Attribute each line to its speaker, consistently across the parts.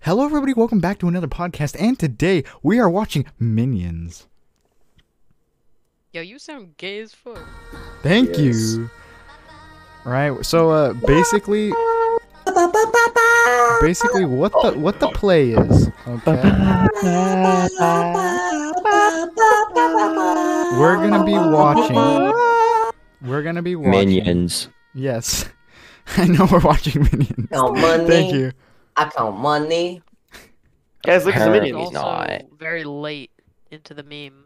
Speaker 1: Hello, everybody. Welcome back to another podcast. And today we are watching Minions.
Speaker 2: Yo, you sound gay as fuck.
Speaker 1: Thank
Speaker 3: Yes.
Speaker 1: you. All right. So uh, basically, basically, what the what the play is? Okay. We're gonna be watching. We're gonna be watching.
Speaker 3: Minions.
Speaker 1: Yes. I know we're watching Minions.
Speaker 4: Count money.
Speaker 1: Thank you.
Speaker 4: I count money.
Speaker 5: Guys, look at the
Speaker 3: Her-
Speaker 2: It's
Speaker 3: Maybe
Speaker 5: minions.
Speaker 2: also
Speaker 3: not.
Speaker 2: very late into the meme.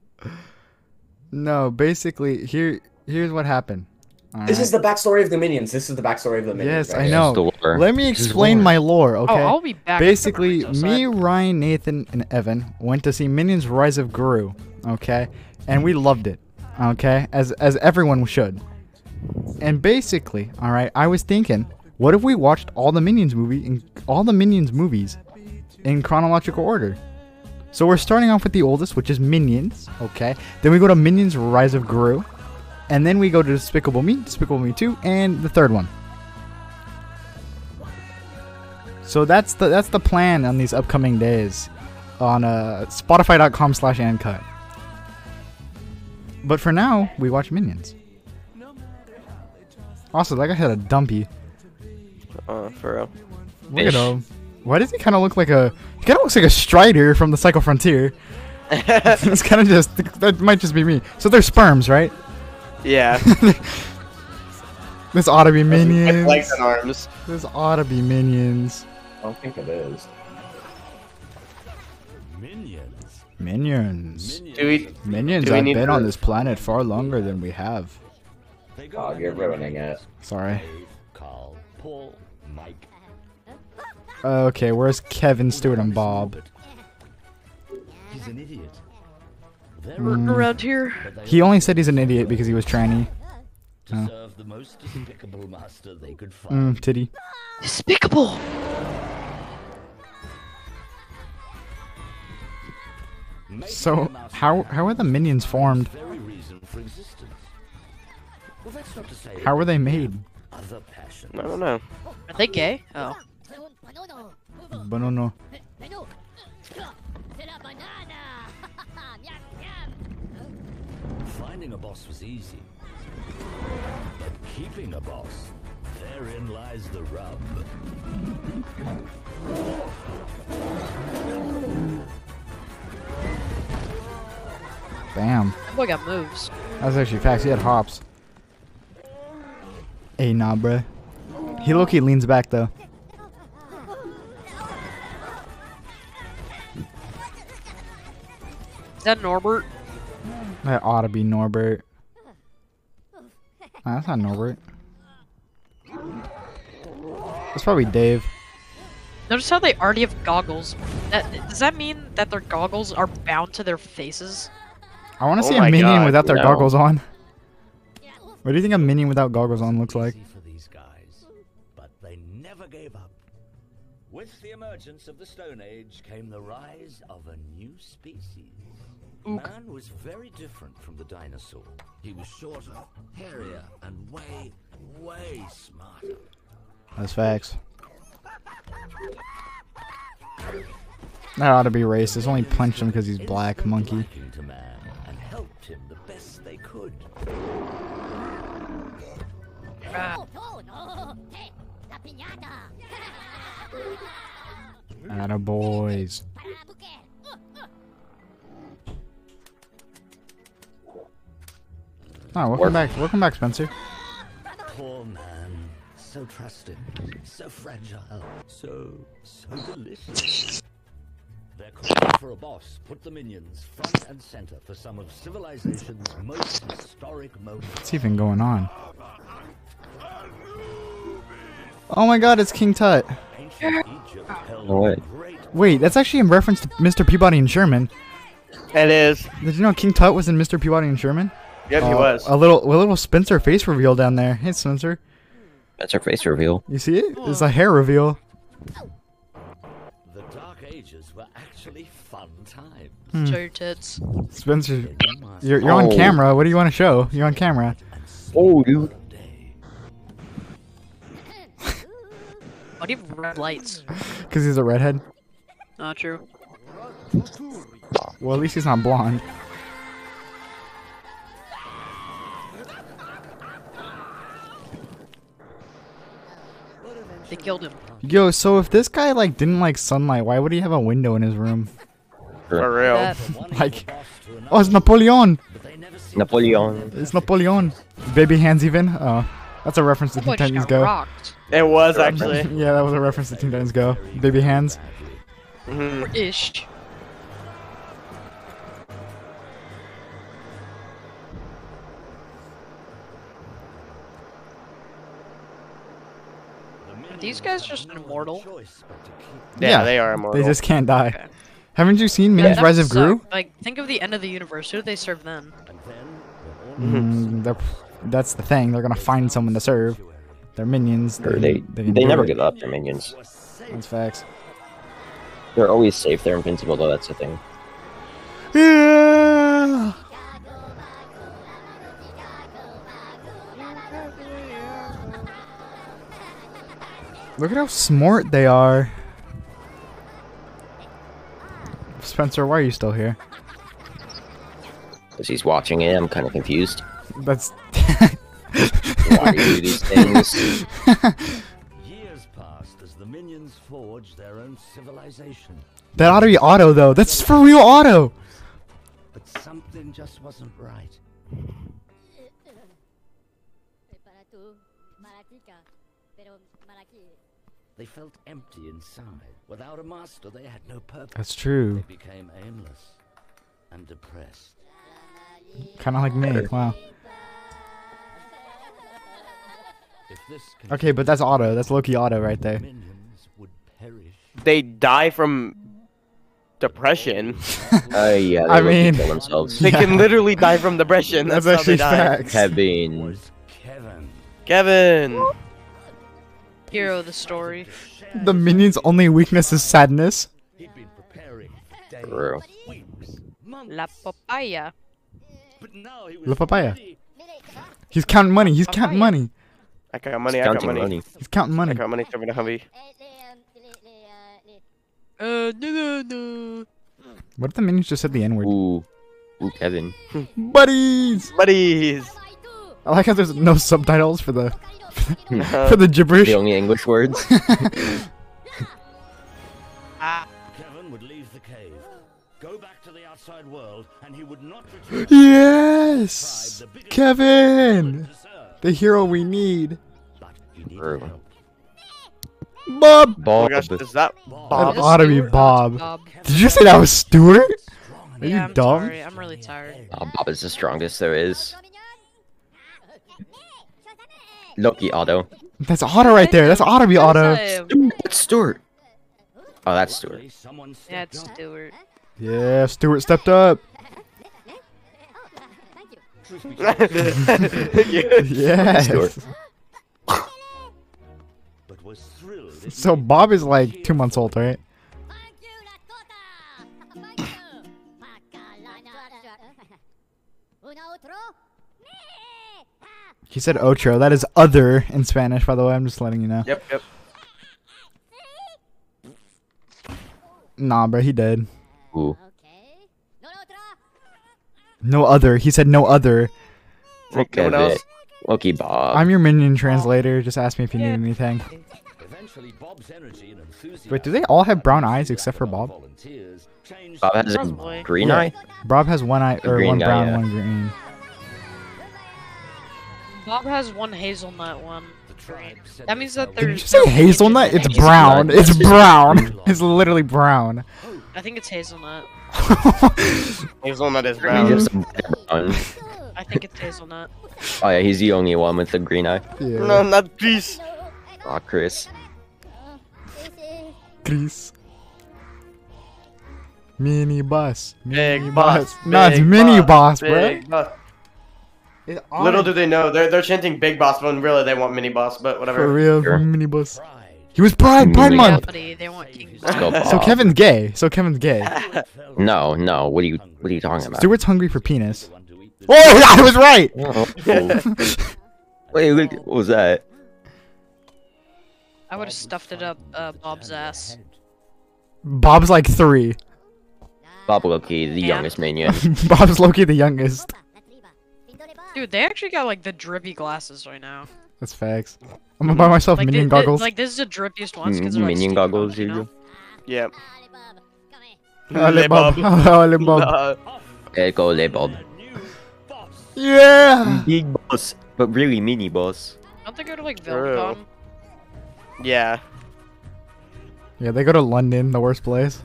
Speaker 1: No, basically, here here's what happened. All
Speaker 6: This
Speaker 1: right.
Speaker 6: is the backstory of the minions. This is the backstory of the minions.
Speaker 1: Yes,
Speaker 6: right
Speaker 1: I
Speaker 6: here.
Speaker 1: know.
Speaker 3: It's the lore.
Speaker 1: Let me
Speaker 3: This is
Speaker 1: explain
Speaker 3: lore.
Speaker 1: my lore, okay?
Speaker 2: Oh, I'll be back. in a
Speaker 1: Basically,
Speaker 2: minute, so I-
Speaker 1: me, Ryan, Nathan, and Evan went to see Minions: Rise of Gru, okay, and we loved it, okay, as as everyone should. And basically, all right, I was thinking, what if we watched all the Minions movie in all the Minions movies in chronological order? So we're starting off with the oldest, which is Minions, okay. Then we go to Minions: Rise of Gru, and then we go to Despicable Me, Despicable Me 2, and the third one. So that's the that's the plan on these upcoming days, on uh, Spotify.com/slash/andcut. But for now, we watch Minions. Also, that guy had a dumpy.
Speaker 5: Uh, for real.
Speaker 1: Look at him. Why does he kind of look like a? He kind of looks like a Strider from the Psycho Frontier. it's kind of just that might just be me. So they're sperms, right?
Speaker 5: yeah.
Speaker 1: This ought to be
Speaker 5: With
Speaker 1: minions.
Speaker 5: legs and arms.
Speaker 1: This ought to be minions.
Speaker 6: I don't think it is.
Speaker 7: Minions.
Speaker 1: Minions.
Speaker 5: Do we?
Speaker 1: Minions
Speaker 5: Do we
Speaker 1: have
Speaker 5: need
Speaker 1: been
Speaker 5: to-
Speaker 1: on this planet far longer than we have.
Speaker 7: They go
Speaker 6: Oh,
Speaker 7: by
Speaker 6: you're
Speaker 7: the
Speaker 6: ruining
Speaker 7: names
Speaker 6: it.
Speaker 1: Sorry.
Speaker 7: Dave, Carl, Paul, Mike.
Speaker 1: Uh, Okay, where's Kevin, Stewart, and Bob?
Speaker 7: He's an idiot. They're
Speaker 2: Working around here.
Speaker 7: but they
Speaker 1: Mm. He
Speaker 7: all
Speaker 1: only
Speaker 7: work
Speaker 1: said he's an idiot because he was tranny.
Speaker 7: to
Speaker 1: Oh.
Speaker 7: serve the most despicable master they could find.
Speaker 1: Mm, titty.
Speaker 2: Despicable.
Speaker 7: Making
Speaker 1: So,
Speaker 7: a mouse
Speaker 1: how
Speaker 7: man
Speaker 1: how are the
Speaker 7: is
Speaker 1: minions formed?
Speaker 7: the very reason for existence. Well, that's not to say
Speaker 1: How were they made?
Speaker 7: other passions.
Speaker 5: I don't know.
Speaker 2: Are they gay? Oh.
Speaker 1: Banana.
Speaker 7: Finding a boss was easy. But keeping a boss, therein lies the rub.
Speaker 1: Bam.
Speaker 2: That boy got moves.
Speaker 1: That's actually facts. He had hops. Hey, nah, bruh. He low key leans back though.
Speaker 2: Is that Norbert?
Speaker 1: That ought to be Norbert. Nah, that's not Norbert. That's probably Dave.
Speaker 2: Notice how they already have goggles. That, does that mean that their goggles are bound to their faces?
Speaker 1: I want
Speaker 5: Oh
Speaker 1: to see a
Speaker 5: my
Speaker 1: minion
Speaker 5: God,
Speaker 1: without their
Speaker 5: no.
Speaker 1: goggles on. What do you think a minion without goggles on looks like?
Speaker 7: Easy for these guys, but they never gave up. With the emergence of the Stone Age came the rise of a new species. Man was very different from the dinosaur. He was shorter, hairier, and way, way smarter.
Speaker 1: That's facts. That ought to be racist. Only punched him because he's black,
Speaker 7: Instant
Speaker 1: monkey.
Speaker 7: liking to man and helped him the best they could.
Speaker 2: Ah,
Speaker 1: Atta boys. Oh, welcome back. Welcome back, Spencer.
Speaker 7: Poor man, so trusting, so fragile, so so delicious. They're calling for a boss. Put the minions front and center for some of civilization's most historic moments.
Speaker 1: What's even going on? Oh my god, it's King Tut.
Speaker 7: Ancient Egypt held
Speaker 3: No way.
Speaker 7: great
Speaker 1: Wait, that's actually in reference to Mr. Peabody and Sherman.
Speaker 5: It is.
Speaker 1: Did you know King Tut was in Mr. Peabody and Sherman?
Speaker 5: Yep, he
Speaker 1: Uh,
Speaker 5: was.
Speaker 1: A little a little Spencer face reveal down there. Hey, Spencer.
Speaker 3: That's her face reveal.
Speaker 1: You see it? It's a hair reveal.
Speaker 7: the Dark Ages were actually fun times.
Speaker 1: Hmm.
Speaker 2: Show your tits.
Speaker 1: Spencer,
Speaker 7: The master
Speaker 1: you're, you're on
Speaker 3: Oh.
Speaker 1: camera. What do you want to show? You're on camera.
Speaker 3: Oh, dude.
Speaker 7: day.
Speaker 2: What even red lights?
Speaker 1: Because he's a redhead.
Speaker 2: Not true.
Speaker 1: Well, at least he's not blonde.
Speaker 2: They killed him.
Speaker 1: Yo, so if this guy like didn't like sunlight, why would he have a window in his room?
Speaker 5: For real.
Speaker 2: That-
Speaker 1: Like, oh, it's Napoleon.
Speaker 3: Napoleon.
Speaker 1: It's Napoleon. Baby hands even. Oh, that's a reference to
Speaker 2: that
Speaker 1: Teen
Speaker 2: boy just
Speaker 1: Titans
Speaker 2: got
Speaker 1: Go.
Speaker 2: rocked.
Speaker 5: It was actually.
Speaker 1: yeah, that was a reference to Teen Titans Go. Baby hands.
Speaker 5: Mhm.
Speaker 2: Ish. Are these guys just immortal?
Speaker 5: Yeah,
Speaker 1: Yeah,
Speaker 5: they are
Speaker 1: They
Speaker 5: immortal.
Speaker 1: just can't die.
Speaker 2: Okay.
Speaker 1: Haven't you seen
Speaker 2: Yeah,
Speaker 1: Minions
Speaker 2: that
Speaker 1: Rise of
Speaker 2: would
Speaker 1: Gru?
Speaker 2: suck. Like, think of the end of the universe. Who do they serve then?
Speaker 1: Mm, they're- that's the thing. They're gonna find someone to serve. They're minions.
Speaker 3: Or They
Speaker 1: can
Speaker 3: they
Speaker 1: do
Speaker 3: never
Speaker 1: it.
Speaker 3: give up. Their minions.
Speaker 1: That's facts.
Speaker 3: They're always safe. They're invincible, though. That's the thing.
Speaker 1: Yeah. Look at how smart they are. Spencer, why are you still here?
Speaker 3: Because he's watching it. I'm kind of confused.
Speaker 1: That's
Speaker 3: Why do you do these things?
Speaker 7: Years passed as the minions forged their own civilization,
Speaker 1: that ought to be auto though. That's for real auto.
Speaker 7: but something just wasn't right.
Speaker 8: para tu malatica, pero malaquí.
Speaker 7: They felt empty inside. Without a master, they had no purpose.
Speaker 1: That's true.
Speaker 7: They became aimless and depressed.
Speaker 1: Kind of like me. Wow.
Speaker 7: If this
Speaker 1: Okay, but that's auto. That's Loki auto right there.
Speaker 7: minions would perish.
Speaker 5: They die from depression.
Speaker 3: Uh, yeah. They
Speaker 1: I
Speaker 3: look to
Speaker 1: mean-
Speaker 3: kill themselves.
Speaker 5: They
Speaker 1: Yeah.
Speaker 5: can literally die from depression. That's,
Speaker 1: That's
Speaker 5: how they
Speaker 1: actually
Speaker 5: die.
Speaker 1: facts.
Speaker 3: Kevin.
Speaker 7: Was Kevin
Speaker 5: Kevin.
Speaker 2: Hero of the story.
Speaker 1: The minion's only weakness is sadness.
Speaker 7: He'd been preparing for days,
Speaker 3: True.
Speaker 7: weeks, months,
Speaker 2: La papaya.
Speaker 7: but now he was
Speaker 1: La papaya.
Speaker 7: ready.
Speaker 1: He's counting money. He's counting money.
Speaker 5: I got money. I got
Speaker 3: Counting
Speaker 5: money.
Speaker 3: money.
Speaker 1: He's counting
Speaker 5: I
Speaker 1: money.
Speaker 5: got money coming to Humvee.
Speaker 8: Eh, le, um, le, le, uh, le,
Speaker 2: Uh, no, no, no.
Speaker 1: What if the minions just said the N word?
Speaker 3: Ooh. Ooh, Kevin.
Speaker 1: Buddies!
Speaker 5: Buddies.
Speaker 8: Ay, tú,
Speaker 1: I like how there's no subtitles for the
Speaker 8: cariño, cariño.
Speaker 5: Uh,
Speaker 1: for
Speaker 5: oh
Speaker 1: the gibberish.
Speaker 3: The only English words.
Speaker 2: Ah,
Speaker 7: Kevin would leave the cave, go back to the outside world, and he would not return.
Speaker 1: Yes! Kevin! The hero we need.
Speaker 7: But he needed
Speaker 3: True.
Speaker 7: help.
Speaker 1: Bob!
Speaker 5: Oh
Speaker 3: Bob.
Speaker 5: my gosh, is
Speaker 1: That
Speaker 5: that Bob?
Speaker 1: ought to be
Speaker 2: Stuart.
Speaker 1: Bob.
Speaker 2: Bob.
Speaker 1: Did you say that was Stuart? Are
Speaker 2: Yeah,
Speaker 1: you
Speaker 2: I'm
Speaker 1: dumb?
Speaker 2: sorry. I'm really tired.
Speaker 3: Oh, Bob is the strongest there is.
Speaker 8: Cariño.
Speaker 3: Loki Otto.
Speaker 1: That's auto right there. That's auto be auto.
Speaker 2: Awesome.
Speaker 3: That's Stuart. Oh, that's Stuart.
Speaker 7: Luckily, someone stepped
Speaker 2: Yeah,
Speaker 7: up.
Speaker 2: it's Stewart.
Speaker 1: Yeah, Stuart stepped up.
Speaker 8: Thank you.
Speaker 1: Yes.
Speaker 3: Stuart.
Speaker 7: but was thrilled. it
Speaker 1: So
Speaker 7: needed
Speaker 1: Bob is
Speaker 7: to
Speaker 1: like
Speaker 7: hear
Speaker 1: two months old, right?
Speaker 8: Thank you, Lakota. Thank you. Bacalana. Una otro? Nee. Ah,
Speaker 1: He said otro. That is other in Spanish, by the way. I'm just letting you know.
Speaker 5: Yep, yep.
Speaker 1: Nah, bro, he dead.
Speaker 3: Ooh.
Speaker 8: Okay. No otra.
Speaker 1: No other. He said no other.
Speaker 5: Like no one
Speaker 3: Kevin.
Speaker 5: else.
Speaker 3: Loki Bob.
Speaker 1: I'm your minion translator. Just ask me if you need anything.
Speaker 7: Eventually, Bob's energy and enthusiasm.
Speaker 1: Wait, do they all have brown eyes except for Bob?
Speaker 7: Volunteers changed
Speaker 3: Bob has
Speaker 2: Probably.
Speaker 3: a green
Speaker 1: Yeah.
Speaker 3: eye.
Speaker 1: Bob has one eye,
Speaker 3: The
Speaker 1: or
Speaker 3: green
Speaker 1: one
Speaker 3: guy,
Speaker 1: brown,
Speaker 3: yeah.
Speaker 1: one green.
Speaker 2: Bob has one hazelnut one.
Speaker 7: the tribe said
Speaker 2: That means that
Speaker 1: Did you
Speaker 2: there's.
Speaker 1: say
Speaker 2: no
Speaker 1: hazelnut?
Speaker 2: indigenous
Speaker 1: It's
Speaker 2: hazelnut.
Speaker 1: brown.
Speaker 3: Hazelnut.
Speaker 1: It's brown. It's literally brown.
Speaker 2: I think it's hazelnut.
Speaker 5: Hazelnut is
Speaker 3: He
Speaker 5: brown.
Speaker 3: just
Speaker 1: Um,
Speaker 3: a brighter one.
Speaker 2: I think it's hazelnut.
Speaker 3: Oh yeah, he's the only one with the green eye.
Speaker 5: No,
Speaker 1: Yeah.
Speaker 5: not peace.
Speaker 3: Aw, Chris.
Speaker 8: Ese.
Speaker 1: Chris. Mini bus. Mini
Speaker 5: Big boss.
Speaker 1: No, it's
Speaker 5: big
Speaker 1: mini boss, bro.
Speaker 5: big boss. Little do they know, they're, they're chanting big boss when really they want mini boss, but
Speaker 1: For
Speaker 5: whatever.
Speaker 1: real,
Speaker 3: Sure.
Speaker 1: mini bus.
Speaker 7: pride.
Speaker 1: He was Pride, Pride
Speaker 3: Mini Oh.
Speaker 1: Month.
Speaker 2: Nobody, they want King
Speaker 3: Let's go, Bob.
Speaker 1: So Kevin's gay. So Kevin's gay.
Speaker 3: No, no. What are you? What are you talking about?
Speaker 1: Stuart's hungry for penis.
Speaker 7: One to eat the
Speaker 1: Oh, yeah, I was right.
Speaker 3: Oh. Wait, look. What was that?
Speaker 2: I would have stuffed it up uh, Bob's ass.
Speaker 1: Bob's like three.
Speaker 3: Bob Loki, the
Speaker 2: Yeah.
Speaker 3: youngest minion.
Speaker 1: Bob's Loki the youngest.
Speaker 2: Dude, they actually got like the drippy glasses right now.
Speaker 1: That's facts. I'm gonna buy myself
Speaker 2: Like,
Speaker 1: minion
Speaker 2: the- the-
Speaker 1: goggles.
Speaker 2: like this is the drippiest ones because they're like
Speaker 3: Mm, minion
Speaker 2: stupid ones,
Speaker 3: goggles,
Speaker 2: you know?
Speaker 3: you.
Speaker 5: Yeah.
Speaker 8: Allez, Bob, come here.
Speaker 1: Allez, Bob. Allez, Bob.
Speaker 5: Nah.
Speaker 3: There go, Le Bob.
Speaker 1: Yeah.
Speaker 3: Big boss, but really mini boss.
Speaker 2: Don't they go to like
Speaker 5: True.
Speaker 2: Vilnicon?
Speaker 5: yeah.
Speaker 1: Yeah, they go to London, the worst place.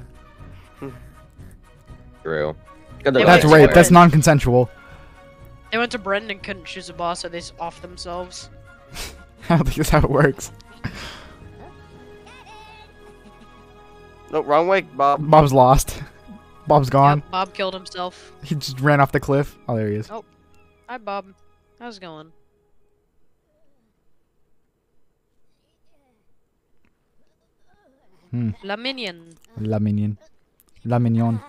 Speaker 3: True. Got
Speaker 2: They
Speaker 3: the
Speaker 1: That's
Speaker 2: went
Speaker 3: lights
Speaker 2: to
Speaker 1: rape.
Speaker 3: on.
Speaker 1: That's non-consensual.
Speaker 2: They went to Brendan and couldn't choose a boss, so they s- off themselves.
Speaker 1: I don't think that's how it works.
Speaker 5: No, wrong way, Bob.
Speaker 1: Bob's lost. Bob's gone.
Speaker 2: Yep, Bob killed himself.
Speaker 1: He just ran off the cliff. Oh, there he is.
Speaker 2: Hi, Bob. How's it going?
Speaker 1: Hmm.
Speaker 2: La minion.
Speaker 1: La minion. La mignon.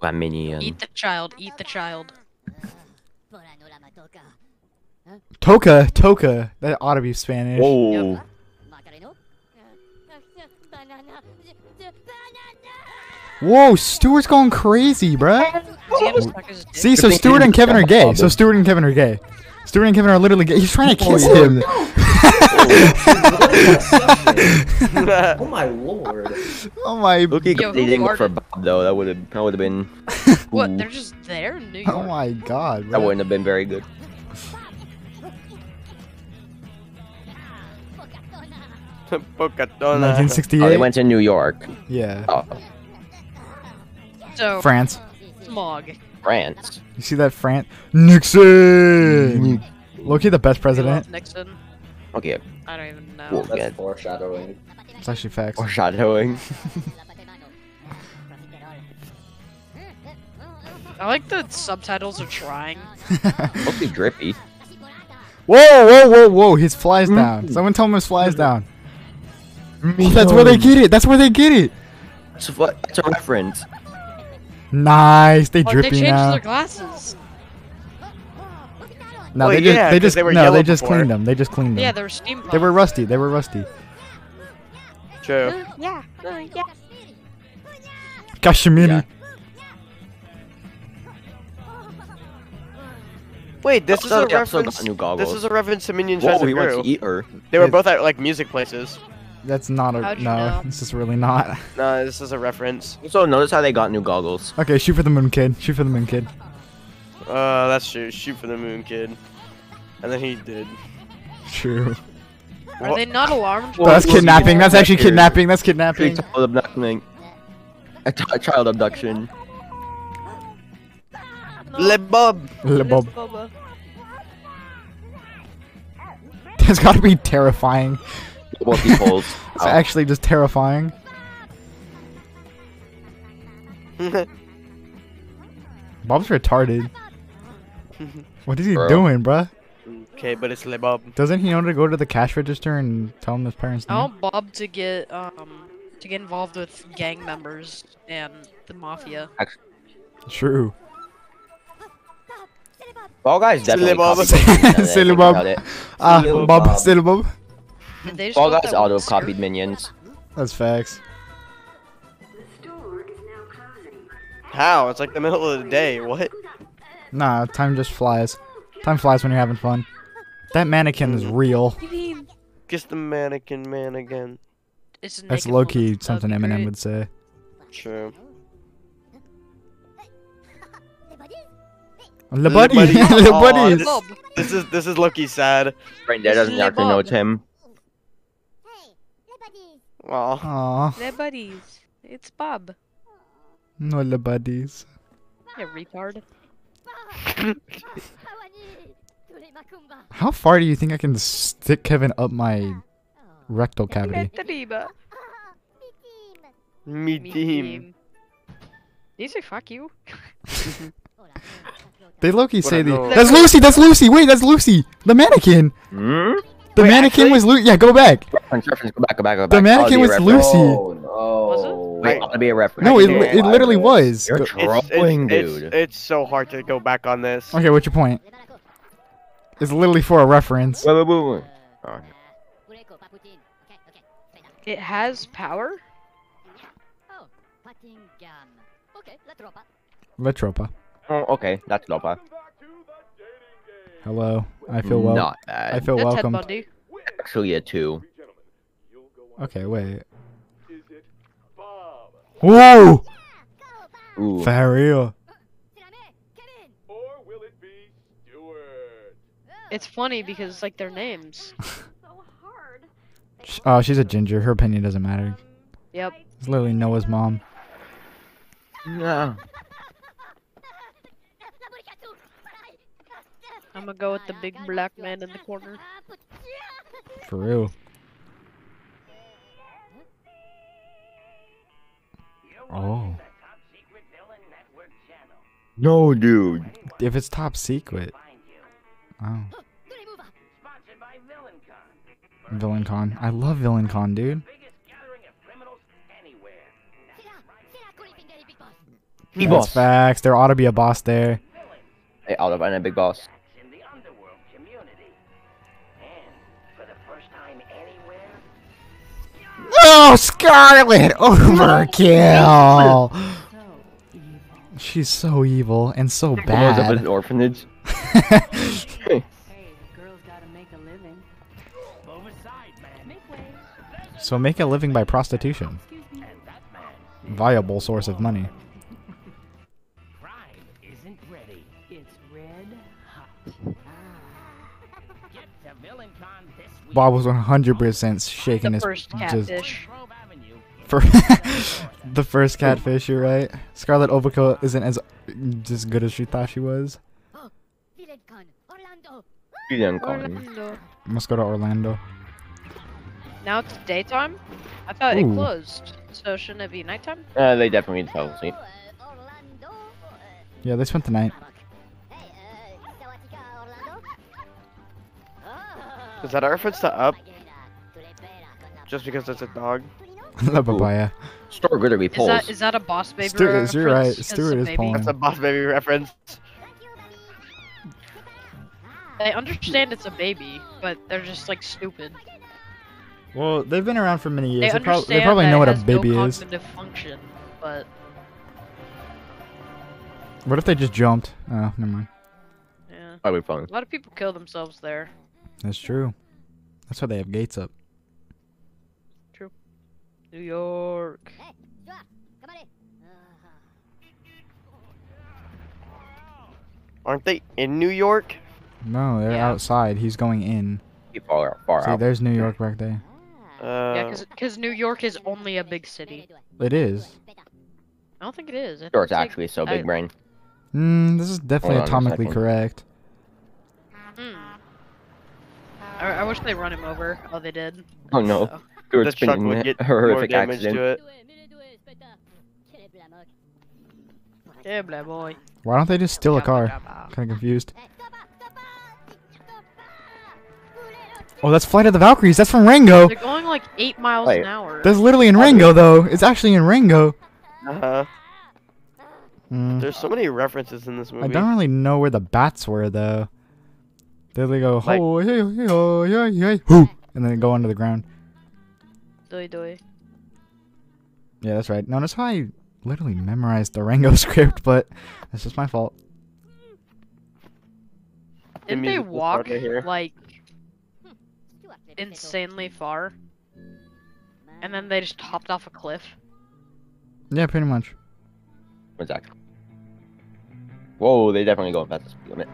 Speaker 3: One minion.
Speaker 2: Eat the child. Eat the child.
Speaker 8: Bora no la matoca.
Speaker 1: Toca, toca. That ought to be Spanish.
Speaker 3: Whoa.
Speaker 8: Macareno? Banana. Banana!
Speaker 1: Whoa, Stuart's going crazy, bruh.
Speaker 2: Does he have to suck his dick?
Speaker 1: See, so
Speaker 3: Good thing
Speaker 1: Stuart
Speaker 3: he
Speaker 1: and Kevin are
Speaker 3: didn't
Speaker 1: gay.
Speaker 3: stop Bob.
Speaker 1: So Stuart and Kevin are gay. Stuart and Kevin are literally gay. He's trying to kiss him.
Speaker 6: Oh my lord.
Speaker 1: Oh my.
Speaker 3: Loki
Speaker 2: Yo,
Speaker 3: got they
Speaker 2: who
Speaker 3: didn't go for
Speaker 2: farted?
Speaker 3: Bob though. That would have that would have been
Speaker 2: What? They're just there in New York.
Speaker 1: Oh my god.
Speaker 3: that
Speaker 1: bruh.
Speaker 3: wouldn't have been very good.
Speaker 5: Pocatona.
Speaker 3: Oh,
Speaker 1: 1968.
Speaker 3: they went to New York.
Speaker 1: Yeah.
Speaker 3: Oh,
Speaker 2: So
Speaker 1: France.
Speaker 2: smog.
Speaker 3: France.
Speaker 1: You see that France? Nixon. Loki, the best
Speaker 2: They love
Speaker 1: president.
Speaker 2: Nixon.
Speaker 3: Okay,
Speaker 2: I don't even know.
Speaker 3: cool.
Speaker 6: That's
Speaker 3: Good.
Speaker 6: foreshadowing.
Speaker 1: It's actually facts.
Speaker 5: Oh,
Speaker 3: Foreshadowing.
Speaker 2: I like the subtitles are trying.
Speaker 3: Loki drippy.
Speaker 1: Whoa, whoa, whoa, whoa! His flies down. Someone tell him his flies down. Oh, that's where they get it. That's where they get it.
Speaker 3: So what? That's a reference.
Speaker 1: Nice. They
Speaker 2: Oh, they
Speaker 1: drippy
Speaker 2: changed
Speaker 1: now.
Speaker 2: their glasses.
Speaker 1: No,
Speaker 5: Well,
Speaker 1: they just
Speaker 5: yeah,
Speaker 1: they
Speaker 5: 'cause
Speaker 1: just
Speaker 5: they were
Speaker 1: no,
Speaker 5: yellow
Speaker 1: they just
Speaker 5: before.
Speaker 1: cleaned them. They just cleaned them.
Speaker 2: Yeah, they're steampunk.
Speaker 1: they were rusty. They were rusty.
Speaker 5: True.
Speaker 2: Yeah. uh, yeah.
Speaker 1: Kashmiri.
Speaker 3: Yeah.
Speaker 5: Wait, this
Speaker 3: Oh,
Speaker 5: is
Speaker 3: so
Speaker 5: a
Speaker 3: they also
Speaker 5: reference.
Speaker 3: got new goggles.
Speaker 5: This is a reference to Minions Rise
Speaker 3: Whoa,
Speaker 5: of
Speaker 3: he wants
Speaker 5: Gru.
Speaker 3: to eat her.
Speaker 5: They were
Speaker 1: It-
Speaker 5: both at like music places.
Speaker 1: That's not a
Speaker 2: How'd you
Speaker 1: no.
Speaker 2: know?
Speaker 1: This is really not.
Speaker 5: No, this is a reference.
Speaker 3: Also, notice how they got new goggles.
Speaker 1: Okay, shoot for the moon, kid. Shoot for the moon, kid.
Speaker 5: Uh, that's true. Shoot for the moon, kid. And then he did.
Speaker 1: True.
Speaker 2: Are they not alarmed?
Speaker 3: Well,
Speaker 1: that's
Speaker 3: well,
Speaker 1: kidnapping.
Speaker 3: you-
Speaker 1: That's actually
Speaker 3: Here.
Speaker 1: kidnapping. That's
Speaker 3: Big
Speaker 1: kidnapping.
Speaker 3: child abduction. A t- child abduction.
Speaker 5: Le Bob.
Speaker 1: Little Bob. That's gotta be terrifying.
Speaker 3: Loki pulls.
Speaker 1: It's
Speaker 3: out.
Speaker 1: actually just terrifying. Bob's retarded. What is he
Speaker 3: Bro.
Speaker 1: doing, bruh?
Speaker 5: Okay, but it's Le Bob.
Speaker 1: Doesn't he know to go to the cash register and tell him his parents'
Speaker 2: I
Speaker 1: name?
Speaker 2: want Bob to get um to get involved with gang members and the mafia.
Speaker 1: True.
Speaker 3: Ball guys definitely.
Speaker 5: Silly Bob.
Speaker 3: copied Minions now that I think
Speaker 1: Silly Bob.
Speaker 3: about it.
Speaker 1: Ah,
Speaker 6: Little
Speaker 1: Bob,
Speaker 6: Bob.
Speaker 1: Silly Bob.
Speaker 2: Did they just
Speaker 3: Ball
Speaker 2: go with
Speaker 3: guys
Speaker 2: that one
Speaker 3: auto
Speaker 2: syrup?
Speaker 3: copied minions.
Speaker 1: That's facts.
Speaker 5: How? It's like the middle of the day. What?
Speaker 1: Nah, time just flies. Time flies when you're having fun. That mannequin is real.
Speaker 5: Kiss the mannequin man again.
Speaker 2: It's a
Speaker 1: That's
Speaker 2: naked
Speaker 1: low
Speaker 2: woman.
Speaker 1: key
Speaker 2: That'd
Speaker 1: something
Speaker 2: be
Speaker 1: Eminem
Speaker 2: great.
Speaker 1: would say.
Speaker 5: True.
Speaker 1: Le buddy, le
Speaker 5: Aw,
Speaker 1: buddies.
Speaker 5: this, this is this is Loki sad.
Speaker 3: Right there doesn't
Speaker 2: Silly
Speaker 3: actually know
Speaker 2: Bob.
Speaker 3: it's him.
Speaker 8: Hey, everybody.
Speaker 5: Aw.
Speaker 1: Aw,
Speaker 2: They're buddies. It's Bob.
Speaker 1: no le buddies.
Speaker 2: Yeah, retard.
Speaker 8: Hawani, Tule Macumba.
Speaker 1: How far do you think I can stick Kevin up my rectal cavity?
Speaker 8: Ah, mi team.
Speaker 2: Me
Speaker 5: Me team.
Speaker 2: team. Did he say fuck you?
Speaker 8: Hola,
Speaker 1: They Loki
Speaker 5: What
Speaker 1: say
Speaker 5: a
Speaker 1: the
Speaker 5: no.
Speaker 1: That's Lucy. That's Lucy. Wait, that's Lucy. The mannequin.
Speaker 3: Hmm?
Speaker 1: The mannequin was Lucy. Yeah, go back.
Speaker 3: Reference, reference, go back, go back, go back.
Speaker 1: The
Speaker 3: Ought to
Speaker 1: mannequin
Speaker 3: be a
Speaker 1: was
Speaker 3: reference.
Speaker 1: Lucy.
Speaker 6: Oh no.
Speaker 3: Wait, ought to be a reference.
Speaker 1: No, it,
Speaker 5: Yeah.
Speaker 1: it literally was.
Speaker 3: You're
Speaker 1: Go-
Speaker 5: It's,
Speaker 3: trolling,
Speaker 5: it's- it's-
Speaker 3: dude.
Speaker 5: it's so hard to go back on this.
Speaker 1: Okay, what's your point? It's literally for a reference.
Speaker 3: Wait, wait, wait, wait.
Speaker 8: Pureco, Paputin. Okay, okay. Straight up.
Speaker 2: It has power?
Speaker 8: Oh, Patingham. Okay, la troppa.
Speaker 1: Latropa.
Speaker 3: Oh, okay, that's Lopa.
Speaker 1: Hello. I feel well.
Speaker 3: Not
Speaker 1: I
Speaker 3: bad.
Speaker 1: feel
Speaker 2: That's Ted
Speaker 1: welcome.
Speaker 2: Bundy.
Speaker 3: Actually, a two.
Speaker 1: Okay, wait. Whoa!
Speaker 8: Go, Bob!
Speaker 3: Ooh.
Speaker 1: For real.
Speaker 8: C'est la mec, Kevin!
Speaker 2: It's funny because it's like their names.
Speaker 1: Sh- Oh, she's a ginger. Her opinion doesn't matter.
Speaker 2: Yep.
Speaker 1: It's literally Noah's mom.
Speaker 3: Yeah.
Speaker 2: I'm gonna go with the big black man in the corner.
Speaker 1: For real. Oh.
Speaker 3: No, dude.
Speaker 1: If it's top secret. Oh. Villain Con. I love Villain Con, dude. That's
Speaker 3: Big boss.
Speaker 1: facts. There ought to be a boss there.
Speaker 3: Hey, out of and a big boss.
Speaker 1: Oh, Scarlet! Overkill! She's so evil and so
Speaker 3: Opens up at an
Speaker 1: bad.
Speaker 3: orphanage.
Speaker 1: So make a living by prostitution. Viable source of money. Bob was 100% shaking
Speaker 2: The
Speaker 1: his
Speaker 2: first
Speaker 1: just-
Speaker 2: catfish.
Speaker 1: for the first catfish. You're right. Scarlet Overkill isn't as as good as she thought she was.
Speaker 8: Orlando.
Speaker 3: Dude, I'm calling.
Speaker 2: Orlando.
Speaker 1: Must go to Orlando.
Speaker 2: Now it's daytime? I thought it
Speaker 1: Ooh.
Speaker 2: closed. So shouldn't it be nighttime?
Speaker 3: Uh, they definitely fell asleep.
Speaker 8: uh, Orlando. uh,
Speaker 1: Yeah, they spent the night.
Speaker 8: Maroc. Hey, uh, Sawatika, Orlando. Oh,
Speaker 5: Is that a reference to Up?
Speaker 8: Magena, Tulipera, Conda-
Speaker 5: Just because it's a dog.
Speaker 8: Tulino?
Speaker 1: La papaya.
Speaker 3: Store glittery
Speaker 2: Is that,
Speaker 3: poles.
Speaker 2: is that a boss baby?
Speaker 1: Stuart is- you're right,
Speaker 2: reference? 'Cause
Speaker 1: Stuart
Speaker 2: the
Speaker 1: is
Speaker 2: baby-
Speaker 1: pulling.
Speaker 5: That's a Boss Baby reference.
Speaker 8: Thank you, Mami.
Speaker 2: I understand it's a baby, but they're just like stupid.
Speaker 1: Well, they've been around for many
Speaker 2: They
Speaker 1: years. They, prob-
Speaker 2: understand
Speaker 1: they probably
Speaker 2: that
Speaker 1: know
Speaker 2: it
Speaker 1: what a
Speaker 2: has no
Speaker 1: baby is.
Speaker 2: cognitive function, but
Speaker 1: What if they just jumped? Oh, never mind.
Speaker 2: yeah.
Speaker 3: That'd be fun.
Speaker 2: A lot of people kill themselves there.
Speaker 1: That's true. That's why they have gates up.
Speaker 2: New York.
Speaker 8: Hey, Stuart, come on in. Uh-huh.
Speaker 5: Aren't they in New York?
Speaker 1: No, they're
Speaker 2: Yeah.
Speaker 1: outside. He's going in.
Speaker 3: Be far, far
Speaker 1: See,
Speaker 3: out.
Speaker 1: there's New York back there.
Speaker 2: Yeah,
Speaker 5: Uh,
Speaker 2: because New York is only a big city.
Speaker 1: It is.
Speaker 2: I don't think it is. I think
Speaker 3: Store is
Speaker 2: like-
Speaker 3: actually so
Speaker 2: I-
Speaker 3: big brain.
Speaker 1: Mm, this is definitely
Speaker 3: Hold on a
Speaker 1: atomically
Speaker 3: second.
Speaker 1: correct.
Speaker 2: Hmm. I, I wish they run him over. Oh, they did.
Speaker 3: Oh no.
Speaker 2: So-
Speaker 5: this
Speaker 3: Stuart's
Speaker 5: truck
Speaker 3: been
Speaker 5: would
Speaker 3: in
Speaker 5: get
Speaker 3: a
Speaker 5: more
Speaker 3: horrific
Speaker 5: damage
Speaker 3: accident.
Speaker 5: to it.
Speaker 2: Yeah, blah boy.
Speaker 1: Why don't they just steal a
Speaker 2: Jabba,
Speaker 1: car?
Speaker 2: jabba.
Speaker 1: Kind of confused. Oh, that's Flight of the Valkyries. That's from Rango.
Speaker 2: They're going like eight miles
Speaker 3: Wait,
Speaker 2: an hour.
Speaker 1: That's literally in Rango, though. It's actually in Rango.
Speaker 5: Uh-huh.
Speaker 1: Mm,
Speaker 5: There's so many references in this movie.
Speaker 1: I don't really know where the bats were, though. There they go.
Speaker 5: Like-
Speaker 1: "Ho, hey, hey, ho, yay, yay, hoo," and then go under the ground.
Speaker 2: Doy doy.
Speaker 1: Yeah, that's right. Notice how I literally memorized the Rango script, but that's just my fault.
Speaker 2: Didn't they
Speaker 5: musical
Speaker 2: walk
Speaker 5: part I hear.
Speaker 2: like insanely far? And then they just hopped off a cliff.
Speaker 1: Yeah, pretty much.
Speaker 3: Exactly. Whoa, they definitely going past the speed limit.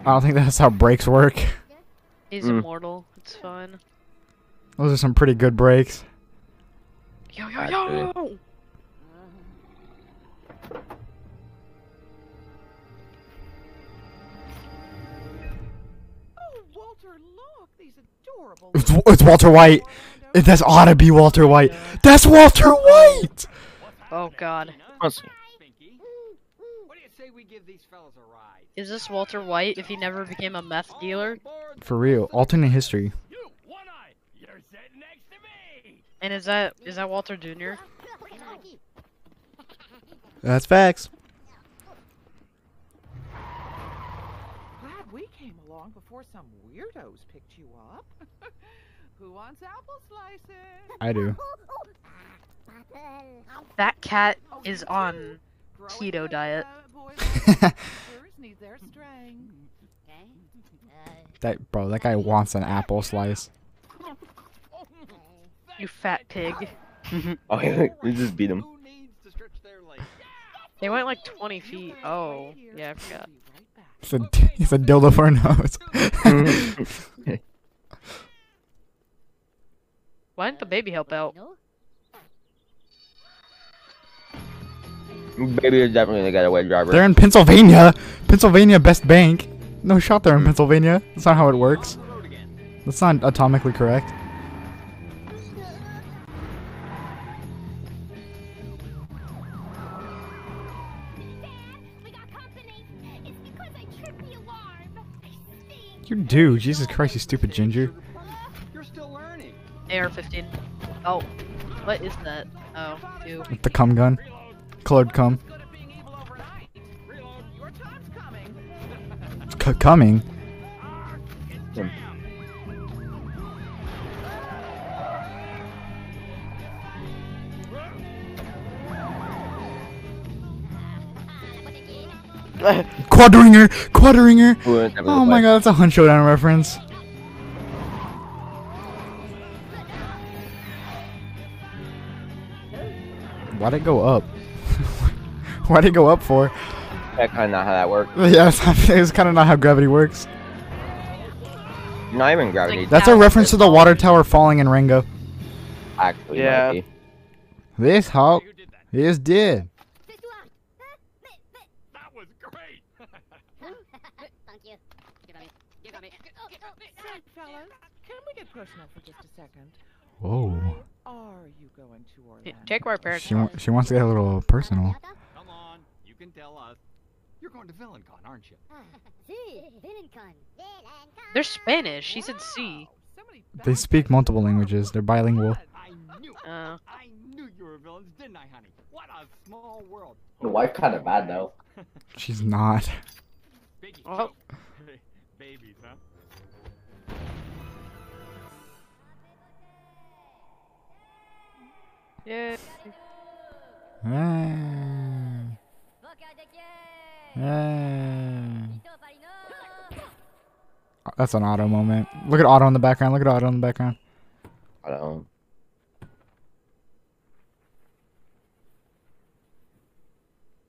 Speaker 1: I don't think that's how brakes work.
Speaker 2: He's
Speaker 3: Mm.
Speaker 2: immortal. It's fine.
Speaker 1: Those are some pretty good brakes.
Speaker 2: Yo yo
Speaker 3: Actually.
Speaker 2: yo!
Speaker 1: It's, it's Walter White. It, that's ought to be Walter White. That's Walter White.
Speaker 2: Oh god.
Speaker 3: Honestly,
Speaker 2: Is this Walter White if he never became a meth dealer?
Speaker 1: For real, alternate history.
Speaker 2: And is that is that Walter Jr.?
Speaker 1: That's facts.
Speaker 9: Glad we came along. long before some weirdos picked you up. Who wants apple slices?
Speaker 1: I do.
Speaker 2: That cat
Speaker 9: Oh,
Speaker 2: is
Speaker 9: you too.
Speaker 2: on.
Speaker 9: Growing
Speaker 2: keto
Speaker 9: up,
Speaker 2: diet.
Speaker 9: uh, boys like us, viewers need their strength.
Speaker 1: That bro, that guy wants an apple slice.
Speaker 2: You fat pig.
Speaker 3: Oh, yeah, we just beat him.
Speaker 9: Who needs to stretch their legs?
Speaker 2: They went like 20
Speaker 9: You
Speaker 2: feet.
Speaker 9: wait
Speaker 2: Oh,
Speaker 9: right here.
Speaker 2: yeah, I
Speaker 9: I'll
Speaker 2: forgot.
Speaker 9: be right back.
Speaker 1: It's a, it's a dildo for a nose.
Speaker 2: Why didn't the baby help out?
Speaker 3: Baby is definitely the getaway driver.
Speaker 1: They're in Pennsylvania. Pennsylvania Best Bank. No shot they're in Pennsylvania. That's not how it works. That's not atomically correct.
Speaker 8: We got company. It's because I tripped the alarm. I stink.
Speaker 1: You do. Jesus Christ, you stupid ginger.
Speaker 9: You're still learning.
Speaker 2: AR-15. Oh, what is that? Oh, ew.
Speaker 1: With the cum gun. Colored cum.
Speaker 9: Good at being evil overnight. Reload. Your time's coming.
Speaker 1: C- coming. Quadringer! Quadringer! Oh my god, that's a Hunt Showdown reference. Why'd it go up? Why'd it go up for?
Speaker 3: That's kind of not how that works.
Speaker 1: Yeah, it's, it's kind of not how gravity works.
Speaker 3: Not even gravity.
Speaker 2: Like-
Speaker 1: That's a reference to the water tower falling in Rango.
Speaker 3: actually
Speaker 5: Yeah.
Speaker 3: might be.
Speaker 1: This Hulk is dead.
Speaker 8: C'est toi. Hein? Mais, mais. That was great. Thank you. You got me. You got me. Oh, oh,
Speaker 9: Say, fellas, can we get personal for just a second?
Speaker 1: Whoa.
Speaker 9: Are you going to
Speaker 2: J-
Speaker 9: Orlando?
Speaker 2: Take where our parents
Speaker 1: She, wa- she wants to get a little personal.
Speaker 8: Attends.
Speaker 10: Come on, you can tell us. You're going to VillainCon, aren't you?
Speaker 8: Ah, Si, Villancon. Villancon.
Speaker 2: They're Spanish. She said C.
Speaker 9: Wow, somebody
Speaker 1: They
Speaker 9: bounced
Speaker 1: speak
Speaker 9: that
Speaker 1: multiple
Speaker 9: far.
Speaker 1: languages, they're bilingual.
Speaker 10: I knew it.
Speaker 2: Uh,
Speaker 10: I knew you were villains, didn't I, honey? What a small world.
Speaker 6: The wife kind of mad though.
Speaker 1: She's not.
Speaker 10: Biggie.
Speaker 2: Oh.
Speaker 10: Babies, huh?
Speaker 2: yeah.
Speaker 1: Ah,
Speaker 8: Boca de Dieu.
Speaker 1: ah.
Speaker 8: Tito Farino.
Speaker 1: That's an auto moment. Look at auto in the background. Look at auto in the background.
Speaker 3: I don't know.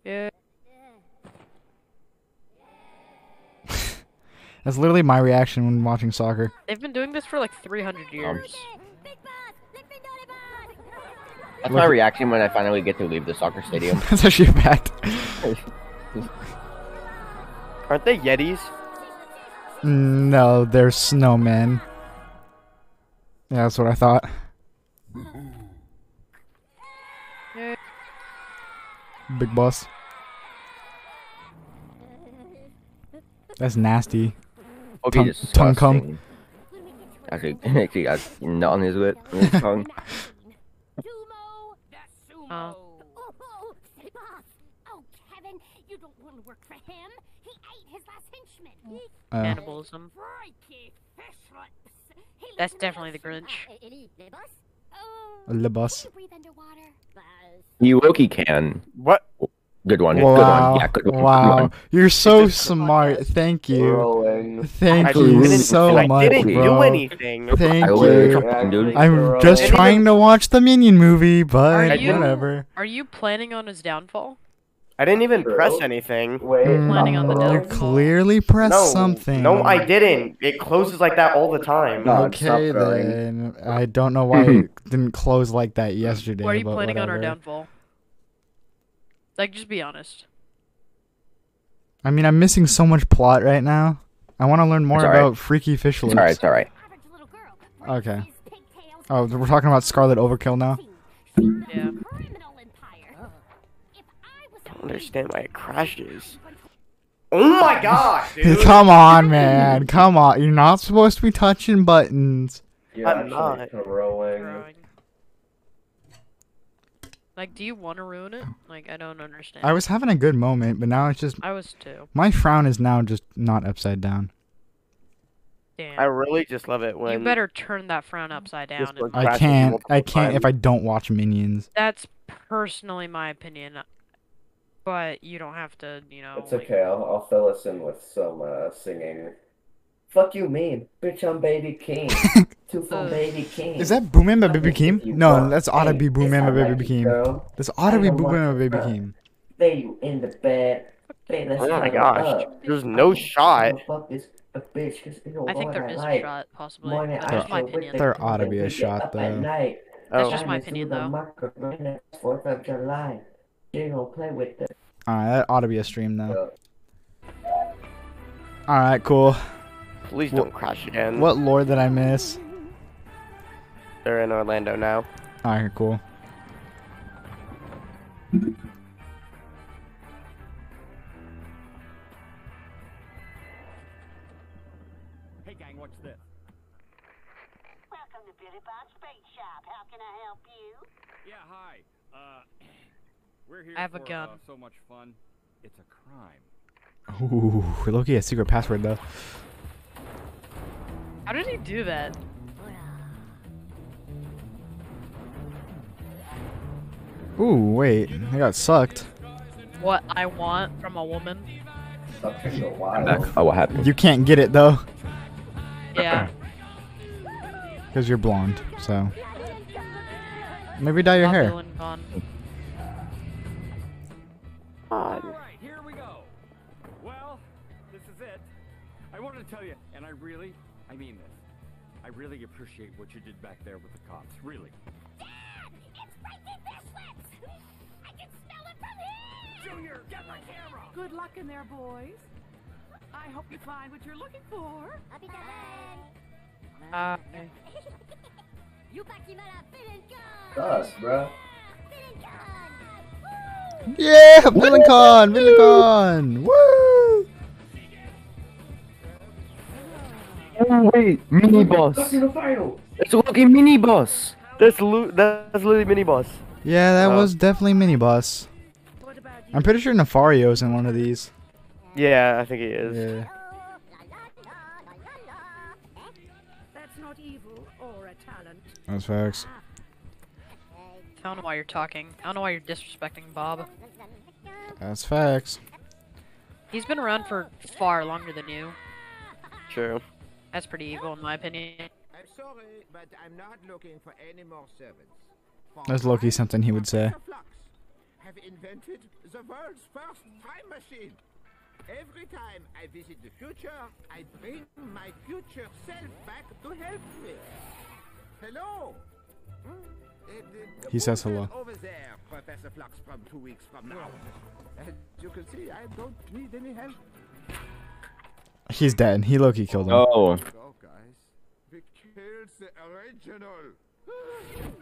Speaker 2: Yeah.
Speaker 1: That's literally my reaction when watching soccer.
Speaker 2: They've been doing this for like 300
Speaker 1: Um,
Speaker 2: years.
Speaker 8: Big Boss. Let me know the boss.
Speaker 3: That's
Speaker 1: Look-
Speaker 3: my reaction when I finally get to leave the soccer stadium.
Speaker 1: That's actually a fact.
Speaker 5: Aren't they Yetis?
Speaker 1: No, they're snowmen. Yeah, that's what I thought. Big boss. That's nasty.
Speaker 3: Would
Speaker 1: Tongue-
Speaker 3: be
Speaker 1: tongue cum.
Speaker 3: disgusting. Actually, actually, that's not on his lip, on his tongue.
Speaker 8: Sumo. The sumo.
Speaker 2: Uh.
Speaker 8: Oh, oh, say boss. Oh, Kevin, you don't want to work for him. He ate his last henchman.
Speaker 1: Uh,
Speaker 2: Cannibalism.
Speaker 8: Crikey, fish lips. He lives
Speaker 2: That's
Speaker 8: in a
Speaker 2: definitely the
Speaker 8: house.
Speaker 2: Grinch.
Speaker 8: Uh, Ellie, the boss? Oh,
Speaker 1: le
Speaker 8: can
Speaker 1: boss.
Speaker 8: you breathe underwater? Uh, Boss.
Speaker 3: You Loki can.
Speaker 5: What?
Speaker 3: Good one. Good
Speaker 1: Wow.
Speaker 3: one. Yeah, good one. Good
Speaker 1: Wow.
Speaker 3: one.
Speaker 1: You're so
Speaker 5: It's just the
Speaker 1: smart. Thank you.
Speaker 6: Rolling.
Speaker 1: Thank
Speaker 5: I
Speaker 1: you
Speaker 5: didn't-
Speaker 1: so
Speaker 5: I
Speaker 1: much,
Speaker 5: didn't do
Speaker 1: bro.
Speaker 5: anything.
Speaker 1: Thank
Speaker 3: I literally
Speaker 1: you.
Speaker 3: tried, dude.
Speaker 1: I'm just
Speaker 5: Didn't
Speaker 1: trying
Speaker 5: even-
Speaker 1: to watch the Minion movie,
Speaker 2: Are
Speaker 1: but
Speaker 2: you-
Speaker 1: whatever.
Speaker 2: Are you planning on his downfall?
Speaker 5: I didn't even
Speaker 6: Bro.
Speaker 5: press anything.
Speaker 6: Wait.
Speaker 3: Mm.
Speaker 2: Planning on the
Speaker 6: hello?
Speaker 1: You
Speaker 2: dinner.
Speaker 1: clearly pressed
Speaker 5: no,
Speaker 1: something.
Speaker 5: No, I didn't. It closes like that all the time.
Speaker 6: No. God, stop
Speaker 1: Okay
Speaker 6: growing.
Speaker 1: then. I don't know why it didn't close like that yesterday.
Speaker 2: Why are you
Speaker 1: but
Speaker 2: planning on our
Speaker 1: whatever.
Speaker 2: downfall? Like, just be honest.
Speaker 1: I mean, I'm missing so much plot right now. I want to learn more
Speaker 3: It's all right.
Speaker 1: about freaky fish
Speaker 3: It's
Speaker 1: lips.
Speaker 3: alright. It's alright.
Speaker 8: Average little girl. breaks
Speaker 1: Okay.
Speaker 8: his pigtails
Speaker 1: Oh, we're talking about Scarlet Overkill now.
Speaker 8: dancing. She built
Speaker 2: Yeah.
Speaker 8: a criminal empire. If I was a
Speaker 5: I don't understand why it crashes. Oh my god, dude.
Speaker 1: Come on, man. Come on. You're not supposed to be touching buttons.
Speaker 6: You're
Speaker 5: I'm
Speaker 6: actually Rolling.
Speaker 2: Drawing. Like, do you want to ruin it? Like, I don't understand.
Speaker 1: I was having a good moment, but now it's just
Speaker 2: I was too.
Speaker 1: my frown is now just not upside down.
Speaker 2: Damn.
Speaker 5: I really just love it when
Speaker 2: you better turn that frown upside down.
Speaker 5: Just
Speaker 2: and-
Speaker 5: look-
Speaker 1: I
Speaker 5: Crashes
Speaker 1: can't.
Speaker 5: multiple
Speaker 1: I can't if
Speaker 5: times.
Speaker 1: I don't watch Minions.
Speaker 2: That's personally my opinion. But you don't have to, you know.
Speaker 6: It's
Speaker 2: like-
Speaker 6: okay. I'll, I'll fill us in with some uh, singing. Fuck you, mean bitch. I'm baby king. Two for
Speaker 2: Ugh.
Speaker 6: baby king.
Speaker 1: Is that Boomamba
Speaker 6: Nothing
Speaker 1: Baby Keem?
Speaker 6: if you
Speaker 1: No,
Speaker 6: want.
Speaker 1: that's ought to be
Speaker 6: Hey, it's
Speaker 1: Boomamba
Speaker 6: not like
Speaker 1: Baby
Speaker 6: you
Speaker 1: Keem.
Speaker 6: go.
Speaker 1: That's ought to be
Speaker 6: I don't want
Speaker 1: Boomamba Baby
Speaker 6: that.
Speaker 1: Keem.
Speaker 6: Lay you in the bed. Lay the
Speaker 5: Oh my
Speaker 6: sun
Speaker 5: gosh,
Speaker 6: up.
Speaker 5: there's no
Speaker 6: I
Speaker 5: shot.
Speaker 6: can't fuck this a bitch 'cause it'll
Speaker 2: I think
Speaker 6: ruin
Speaker 2: there
Speaker 6: my
Speaker 2: is a
Speaker 6: life.
Speaker 2: shot, possibly.
Speaker 6: Morning
Speaker 2: But that's
Speaker 6: after
Speaker 2: my
Speaker 6: with
Speaker 2: opinion.
Speaker 6: the
Speaker 1: There ought to
Speaker 6: kids
Speaker 1: be a
Speaker 6: and
Speaker 1: shot,
Speaker 6: up at
Speaker 1: though.
Speaker 6: night.
Speaker 2: That's
Speaker 5: Oh,
Speaker 2: just my
Speaker 6: Diamonds through
Speaker 2: opinion,
Speaker 6: the
Speaker 2: though.
Speaker 6: macarena, Fourth of July. She gonna play with the
Speaker 1: Alright, that ought to be a stream though. Alright, cool.
Speaker 5: please don't crash again.
Speaker 1: What lore did I miss?
Speaker 5: They're in Orlando now.
Speaker 1: Alright, cool.
Speaker 10: Hey, gang, watch this.
Speaker 8: Welcome to Billy Bob's Bait Shop. How can I help you?
Speaker 10: Yeah, hi. Uh, we're here
Speaker 2: I have a
Speaker 10: for,
Speaker 2: gun.
Speaker 10: Uh, so much fun. It's a crime.
Speaker 1: Ooh, Loki has secret password though.
Speaker 2: How did he do that?
Speaker 1: Ooh, wait, I got sucked.
Speaker 2: What I want from a woman?
Speaker 6: up in the
Speaker 3: I'm
Speaker 6: wild.
Speaker 3: back. Oh, what happened?
Speaker 1: You can't get it though,
Speaker 2: Yeah.
Speaker 1: because you're blonde. So maybe dye your
Speaker 2: Bob
Speaker 1: hair.
Speaker 2: Dylan gone.
Speaker 10: All right, here we go. Well, this is it. I wanted to tell you, and I really, I mean this. I really appreciate what you did back there with the cops. Really.
Speaker 8: Dad! It's breaking fishlets! I can smell it from here!
Speaker 10: Junior, get my camera.
Speaker 9: Good luck in there, boys. I hope you find what you're looking for.
Speaker 8: I'll be done.
Speaker 2: Uh, okay.
Speaker 8: You got him out of Bill and Gun!
Speaker 6: Us, bro.
Speaker 8: Bill and Gun!
Speaker 1: Yeah, VillainCon, VillainCon, woo!
Speaker 3: Oh, wait, mini
Speaker 6: Stuck
Speaker 3: boss.
Speaker 6: in the final.
Speaker 3: It's looking mini boss.
Speaker 5: That's Lu- that's literally mini boss.
Speaker 1: Yeah, that
Speaker 5: Uh,
Speaker 1: was definitely minibus. I'm pretty sure Nefario's in one of these.
Speaker 5: Yeah, I think he is.
Speaker 1: Yeah.
Speaker 8: Oh, la la la la la la! Eh?
Speaker 11: That's not evil or a talent.
Speaker 1: That's facts.
Speaker 2: I don't know why you're talking. I don't know why you're disrespecting Bob.
Speaker 1: That's facts.
Speaker 2: He's been around for far longer than you.
Speaker 5: True.
Speaker 2: That's pretty evil, in my opinion.
Speaker 11: I'm sorry, but I'm not looking for any more servants. For
Speaker 1: That's Loki
Speaker 11: I,
Speaker 1: something he would say.
Speaker 11: Professor Flux, have invented the world's first time machine. Every time I visit the future, I bring my future self back to help me. Hello. Hmm? Uh, the-
Speaker 1: He
Speaker 11: the
Speaker 1: says
Speaker 11: booth is
Speaker 1: hello.
Speaker 11: Over there, Professor Flux, from two weeks from now. As you can see, I don't need any help.
Speaker 1: He's dead. He Loki killed him.
Speaker 3: Oh,
Speaker 11: Go, guys. We killed the original.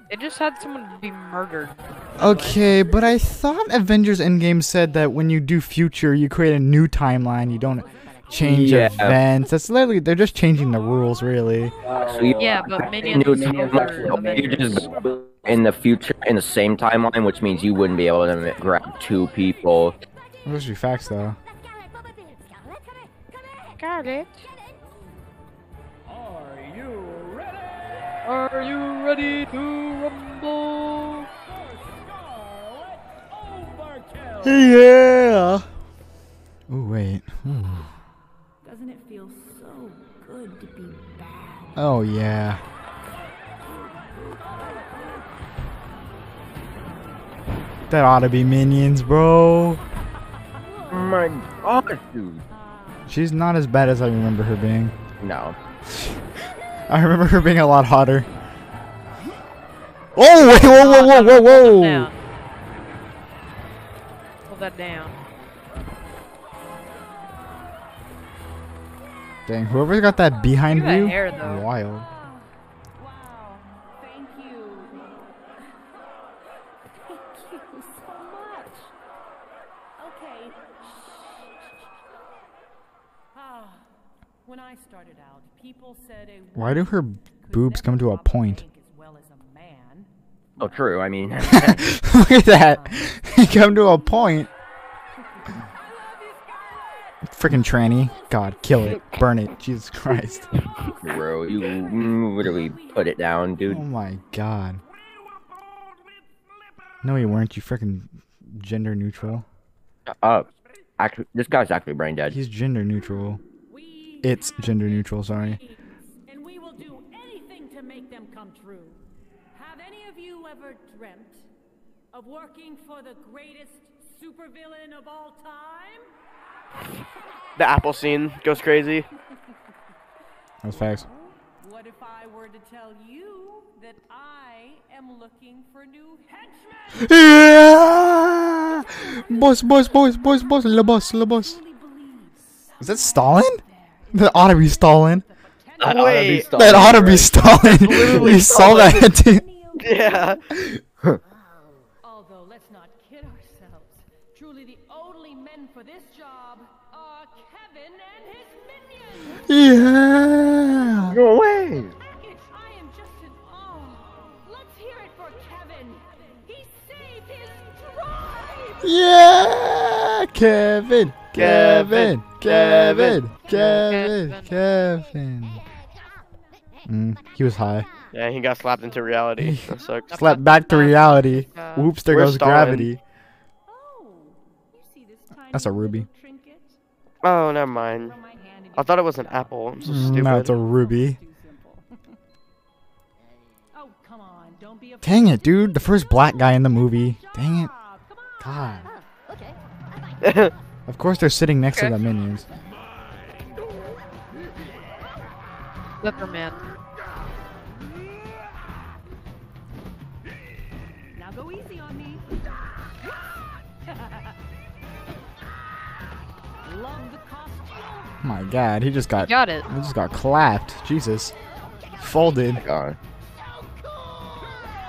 Speaker 2: They just had someone be murdered.
Speaker 1: Okay, but I thought Avengers Endgame said that when you do future, you create a new timeline. You don't change
Speaker 3: Yeah.
Speaker 1: events. That's literally they're just changing the rules, really.
Speaker 2: Yeah, but
Speaker 3: New
Speaker 2: Minions is over
Speaker 3: timeline. You
Speaker 2: Avengers.
Speaker 3: just in the future in the same timeline, which means you wouldn't be able to grab two people.
Speaker 1: Those should be facts, though.
Speaker 8: Let's go, Bubba Bill! Scarlet, come here! Come here!
Speaker 2: Scarlet,
Speaker 8: Get in!
Speaker 10: Are you ready?
Speaker 2: are you ready to rumble?
Speaker 10: Scarlet Overkill.
Speaker 1: Yeah. Ooh, wait. Hmm. Ooh.
Speaker 11: Doesn't it feel so good to be back?
Speaker 1: Oh yeah. That ought to be minions, bro.
Speaker 3: Oh my god, dude.
Speaker 1: She's not as bad as I remember her being.
Speaker 3: No.
Speaker 1: I remember her being a lot hotter. Oh, wait, whoa, whoa, whoa, whoa, whoa!
Speaker 2: Down. Hold that down.
Speaker 1: Dang, whoever's got that behind
Speaker 2: Look at that
Speaker 1: view,
Speaker 2: hair, though.
Speaker 1: wild.
Speaker 9: Wow. Thank you. Thank you so much. Okay. Ah, when I started out, people said a
Speaker 1: Why do
Speaker 9: woman
Speaker 1: her
Speaker 9: could
Speaker 1: boobs
Speaker 9: never
Speaker 1: come to a
Speaker 9: rob bank
Speaker 1: point?
Speaker 9: As well as a man.
Speaker 3: Oh, true. I mean,
Speaker 1: Look at that. You come to a point.
Speaker 9: I love you, Scarlett.
Speaker 1: Freaking tranny. God, kill it. Burn it. Jesus Christ.
Speaker 3: Bro, you literally put it down, dude.
Speaker 1: Oh my god. No, you weren't. You freaking gender neutral.
Speaker 3: Uh, actually, this guy's actually brain dead.
Speaker 1: He's gender neutral. It's gender neutral, sorry.
Speaker 12: and we will do anything to make them come true. Have any of you ever dreamt of working for the greatest supervillain of all time?
Speaker 5: The apple scene goes crazy.
Speaker 1: That's facts.
Speaker 12: What if I were to tell you that I am looking for new henchmen?
Speaker 1: Yeah! Boss, boss, boss, boss, boss, la boss, la boss. Is that Stalin? That ought to be Stalin.
Speaker 5: That oughta be Wait. Stalin,
Speaker 1: That ought to be
Speaker 5: right.
Speaker 1: Stalin.
Speaker 5: Literally
Speaker 1: You saw
Speaker 5: Stalin.
Speaker 1: that. dude.
Speaker 5: Yeah.
Speaker 12: Although, let's not kid ourselves. Truly, the only men for this job are Kevin and his minions!
Speaker 1: Yeah.
Speaker 12: Go
Speaker 1: away.
Speaker 12: Package, I am just in awe. Let's hear it for Kevin. He saved his tribe!
Speaker 1: Yeah, Kevin, Kevin,
Speaker 12: Kevin,
Speaker 1: Kevin, Kevin,
Speaker 12: Kevin,
Speaker 1: Kevin. Mm, he was high.
Speaker 5: Yeah, he got slapped into reality. That sucks.
Speaker 1: Slapped back to reality. Whoops, there
Speaker 5: Where's
Speaker 1: goes
Speaker 5: Stalin?
Speaker 1: gravity.
Speaker 8: Oh.
Speaker 1: That's a ruby.
Speaker 5: Oh, never mind. I thought it was an apple. I'm so
Speaker 1: Mm,
Speaker 5: stupid.
Speaker 1: now it's a ruby.
Speaker 12: Oh, come on, don't be a
Speaker 1: Dang it, dude. The first black guy in the movie. Dang it. God.
Speaker 8: Oh,
Speaker 1: Of course, they're sitting next to the minions.
Speaker 2: Whipperman.
Speaker 12: Now go easy on me. Love the costume.
Speaker 1: My God, he just got.
Speaker 12: Got it.
Speaker 1: He just got clapped. Jesus. Folded.
Speaker 3: uh,